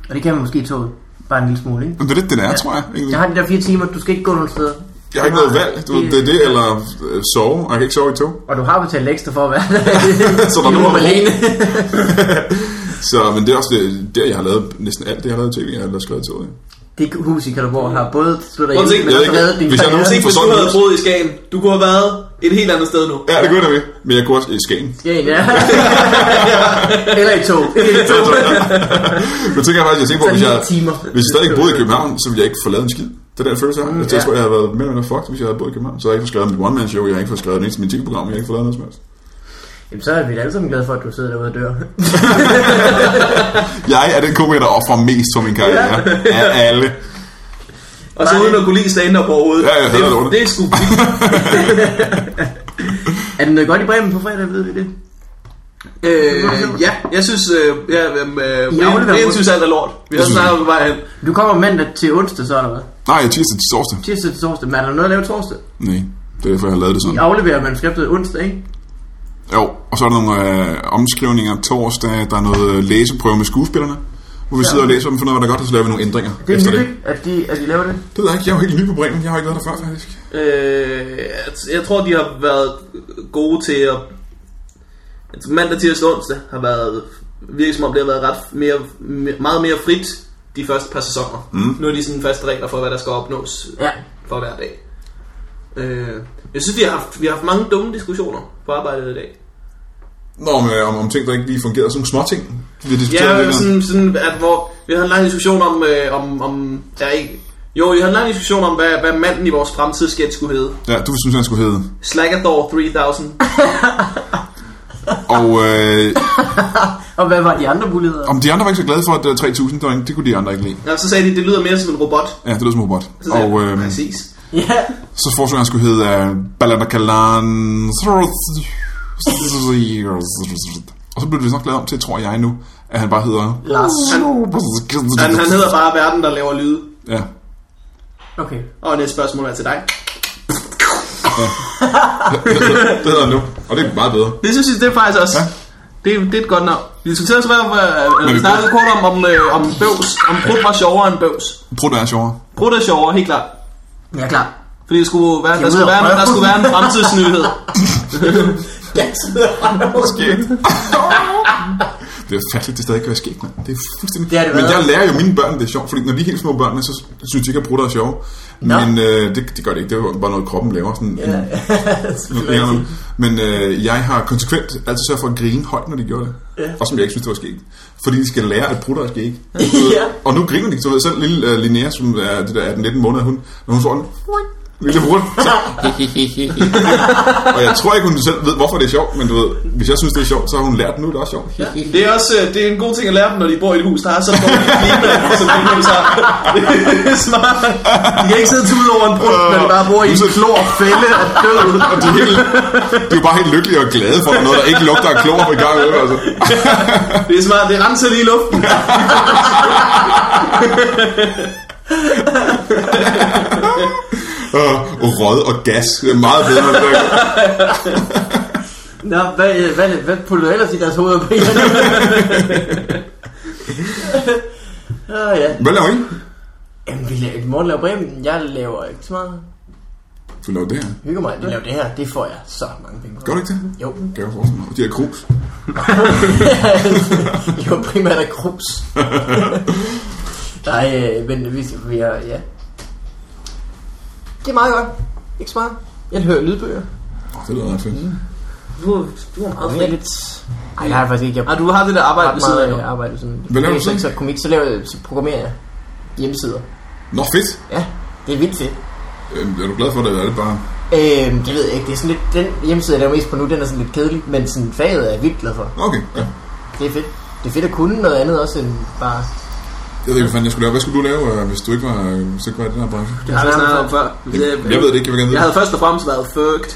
Og det kan man måske i toget. Bare en lille smule, ikke?
Men det er lidt den er, ja. tror jeg. egentlig.
Jeg har de der fire timer, du skal ikke gå nogen steder.
Jeg har ikke noget valg. Du, det er det, eller øh, sove. Og jeg kan ikke sove i tog.
Og du har betalt ekstra for at være
Så der er
i
nogen,
rum
der-
alene.
Så, men det er også det, der, jeg har lavet næsten alt, det jeg har lavet i tv, jeg har lavet skrevet i toget.
Det hus i Kalderborg har både slået dig
Prøv at
ihjel,
tænke,
men
jeg
også
ved ikke,
reddet din
hvis jeg
karriere.
nogensinde-
Tænk, hvis du havde boet i Skagen. Du kunne have været et helt andet sted nu.
Ja, det kunne jeg da ved. Men jeg kunne også i Skagen.
Ja, ja. Eller i tog. Eller i tog.
Men tænker jeg faktisk, jeg tænker på,
Så
hvis jeg,
ni timer.
hvis jeg stadig boede i København, så ville jeg ikke få lavet en skid. Det er den følelse, jeg har. Jeg
ja.
tror, jeg havde været mere eller mindre fucked, hvis jeg havde boet i København. Så havde jeg ikke fået skrevet mit one-man-show, jeg har ikke fået skrevet det eneste af mit program, jeg har ikke fået lavet noget som helst.
Jamen, så er vi da alle sammen glade for, at du sidder derude og dør.
Jeg er den komiker, der offrer mest for min karriere. Af alle.
Og så uden at kunne lide stand-up overhovedet.
Ja, ja,
det,
det er lort.
er- det er sgu vildt.
er den noget godt i Bremen på fredag, ved vi det?
øh, ja, jeg synes, øh, ja, øh, øh,
afleverer
Brian- Brian
rundt.
synes alt er lort. Vi har
synes
snakket på vej hen.
Du kommer mandag til onsdag, så er der hvad?
Nej, tirsdag til torsdag.
Tirsdag til torsdag. Men er der noget at lave torsdag?
Nej, det er derfor, jeg har lavet det
I
sådan.
afleverer manuskriptet onsdag, ikke?
Jo, og så er der nogle øh, omskrivninger torsdag. Der er noget øh, læseprøve med skuespillerne. Hvor vi sidder og læser dem, finder ud af, hvad der er godt, og så laver vi nogle ændringer
Det er
efter
nyt,
det.
ikke? At de, at de laver det.
Det ved jeg ikke. Jeg er jo helt ny på Bremen. Jeg har ikke været der før, faktisk.
Øh, jeg- jeg tror, de har været gode til at... at Mandag, tirsdag og onsdag har været... Virkelig som om det har været ret mere, mere, meget mere frit de første par sæsoner. Mm. Nu er de sådan faste regler for, hvad der skal opnås
Ja.
for hver dag. Øh, jeg synes, vi har, haft, vi har haft mange dumme diskussioner på arbejdet i dag.
Nå, men øh, om, om ting, der ikke lige fungerer. Sådan nogle småting, vi diskuterer
Ja,
lidt. Sådan...
sådan, sådan, at hvor vi havde en lang diskussion om, øh, om, om der ikke... Jo, vi havde en lang diskussion om, hvad, hvad manden i vores fremtidssketch skulle hedde.
Ja, du synes, han skulle hedde.
Slagathor 3000.
Og øh,
Og hvad var de andre muligheder?
om de andre var ikke så glade for, at øh, 3000, det, var ikke, det kunne de andre ikke lide.
Nå, så sagde de, det lyder mere som en robot.
Ja, det lød som robot.
Så sagde
Og
jeg,
øh,
præcis.
Ja.
så foreslog jeg, han skulle hedde øh, Balanakalan. Og så blev det nok lavet om til, tror jeg nu, at han bare hedder...
Lars.
Han, han hedder bare verden, der laver lyde.
Ja.
Okay.
Og det spørgsmål er til dig.
Det hedder han nu, og det er meget bedre.
Det synes jeg, det er faktisk også...
Ja.
Ja. Det, er- det er et godt navn. Vi diskuterede så, hvad, hvad,
Men
vi
vi
snakkede kort om, om, øh, om bøvs. Om prut var sjovere end bøvs.
Prøv det er sjovere.
Prut er sjovere, helt klart.
Ja, klar.
Fordi det skulle være, der,
ud
skulle
og
være,
prøve.
der skulle være en fremtidsnyhed.
Altså. Det er fattigt, det stadig kan være sket, mand. Det er fuldstændig...
Det har det
men
været.
jeg lærer jo mine børn, det er sjovt, fordi når de er helt små børn, så synes de ikke, at brutter er sjove.
Nå.
Men øh, det, det, gør det ikke, det er bare noget, kroppen laver. Sådan, ja, ja. Men øh, jeg har konsekvent altid sørget for at grine højt, når de gjorde det. Ja. Og som jeg ikke synes, det var sket. Fordi de skal lære, at brutter er skægt. ja. Og nu griner de. Så ved jeg selv lille øh, Linnea, som er det der 18-19 måneder, hun, når hun får en lille brut. Så, og jeg tror ikke, hun selv ved, hvorfor det er sjovt, men du ved, hvis jeg synes, det er sjovt, så har hun lært, nu er det også sjovt.
Det er også øh, det er en god ting at lære dem, når de bor i et hus, der har så dårligt klima, som de nu så har. Det er smart. De kan ikke sidde tude over en brud, når de bare bor i
Nu
en
sidder-
klor, fælde og død.
Øh, ligesom- Og de er, helt, de er jo bare helt lykkelige og glade for, at der er noget, der ikke lugter af klor på gang. Med, altså.
Det er smart, det renser lige luften.
og, og øh, rød og gas. Det er meget bedre. end det der.
Nå, hvad, øh, hvad, hvad puttede du ellers i deres hoveder på Åh, ja.
Hvad laver I?
Jamen, vi laver, i morgen laver Bremen. Jeg laver ikke så meget.
Du laver det her.
Hygger mig, at de laver det her. Det får jeg så mange penge på.
Gør du ikke det?
Jo,
Gør jeg forstå mig. De her krus.
det var primært af krus. Nej, øh, men vi, vi har, ja. Det er meget godt. Ikke så meget. Jeg hører lydbøger.
Åh, det lyder ret fedt.
Du, du er meget
Jeg er lidt... Ej, jeg har faktisk ikke. Jeg
Ah, du har det der arbejde
ret
ved siden af
meget
nu.
øh, arbejde sådan.
Hvad laver du
så?
så?
Så komik, så, laver, jeg- så programmerer jeg hjemmesider.
Nå, fedt.
Ja, det er vildt fedt.
Øhm, Er du glad for det, eller er det bare...
Øhm, det ved jeg ikke. Det er sådan lidt, den hjemmeside, jeg laver mest på nu, den er sådan lidt kedelig, men sådan faget er jeg vildt glad for.
Nå, Okay, ja.
Det er fedt. Det er fedt at kunne noget andet også end bare
Jeg ved ikke, hvad fanden jeg skulle lave. Hvad skulle du lave, øh, hvis du ikke var, øh, hvis du ikke var i den her branche?
Det har
Altså,
vi snakket om før.
Jeg ved det ikke, jeg vil gerne vide.
Jeg havde først og fremmest været fucked.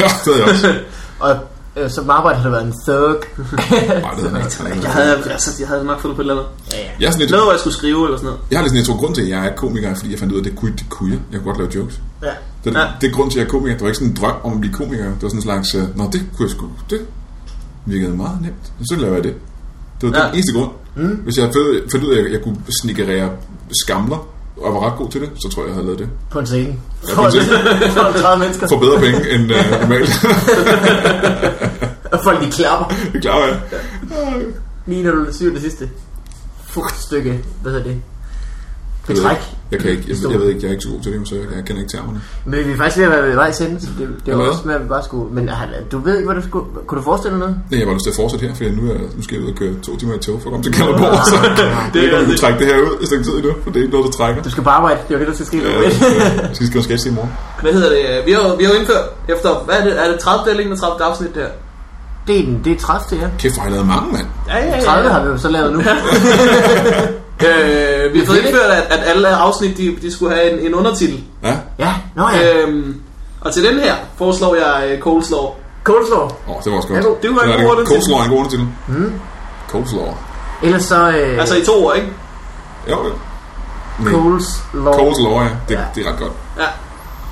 Ja, det havde jeg også.
Og øh, som arbejde har det været en
Ej,
thug.
det havde jeg ikke.
Jeg havde, altså, jeg havde nok fundet på et eller andet.
Jeg er sådan lidt,
Noget, hvor jeg skulle skrive eller sådan noget.
jeg har lidt sådan, jeg tror, grund til, at jeg er komiker, er, fordi jeg fandt ud af, at det kunne, det kunne jeg. Jeg kunne godt lave jokes.
Ja.
Det,
Ja.
ja. det er grund til, at jeg er komiker. Det var ikke sådan en drøm om at blive komiker. Det var sådan en slags, øh, nå, det kunne jeg sgu. Det virkede meget nemt. Så laver jeg det. Det var ja.
Ja.
den eneste grund. Mm. Hvis jeg havde fået- fundet ud af, at jeg kunne snikkerere skamler, og var ret god til det, så tror jeg, jeg havde lavet det.
På en scene.
Jeg kunne til
For 30 mennesker.
for bedre penge end øh, normalt.
Og folk de klapper.
det klarer jeg.
Lige når du syr det sidste. Fugtstykke. Hvad hedder det? Betræk.
Jeg, kan ikke, jeg, jeg, ved ikke, jeg er ikke så god til det, så jeg, jeg kender ikke termerne.
Men vi er faktisk ved at være ved vejs ende, så det, det var
Hvad?
også med, at vi bare skulle... Men har- du ved ikke, hvad du skulle... Kunne du forestille dig noget?
Nej, jeg var lyst til at fortsætte her, for nu, er, nu skal jeg ud og køre to timer i tog for at komme til Kalderborg, så
Det
jeg
er
kan
det.
du trække det her ud i stedet tid nu, for det er ikke noget, der trækker.
Du skal bare arbejde. Det er jo det, du skal ske.
Øh, øh, Jeg skal skrive en sketch i morgen.
Hvad hedder det? Vi har, jo- vi har jo indført efter, hvad er det, er det 30. eller 31. afsnit det her?
Det er den. Det er 30, ja.
Kæft, hvor har jeg lavet mange, mand.
Ja, ja, ja.
30 har vi jo så lavet nu.
Øh, vi har fået
det er
indført, at, at alle afsnit, de, de skulle have en, en undertitel.
Ja,
Ja, nå ja.
Øh.
Øhm, og til den her foreslår jeg øh, Coleslaw.
Coleslaw.
Åh, det var også godt.
Ja,
det var en
Så er Coleslaw
god undertitel.
er en god undertitel. Mm. Coleslaw.
Ellers så... Øh,
Altså i to år, ikke?
Jo, jo. Nej.
Coleslaw.
Coleslaw, ja. Det,
Ja.
det er ret godt.
Ja,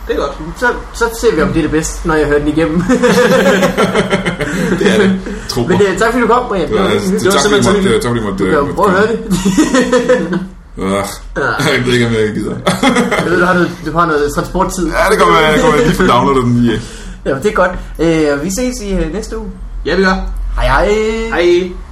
det er godt.
Så, så ser vi, om det er det bedste, når jeg hører den igennem.
Det er det. Trupper.
Men øh, tak fordi du kom, Brian.
Det var, altså, det, det
hyggeligt.
tak, fordi
simpelthen
I måtte...
så
øh, Tak, fordi I måtte...
Du kan jo prøve at høre det.
Øh, jeg ved ikke, om jeg gider.
Jeg ved, du har noget, du har noget transporttid.
ja, det kommer jeg, det kommer jeg lige for downloadet den lige.
Jamen, det er godt. Øh, og vi ses i øh, næste uge.
Ja, vi gør.
Hej hej.
Hej.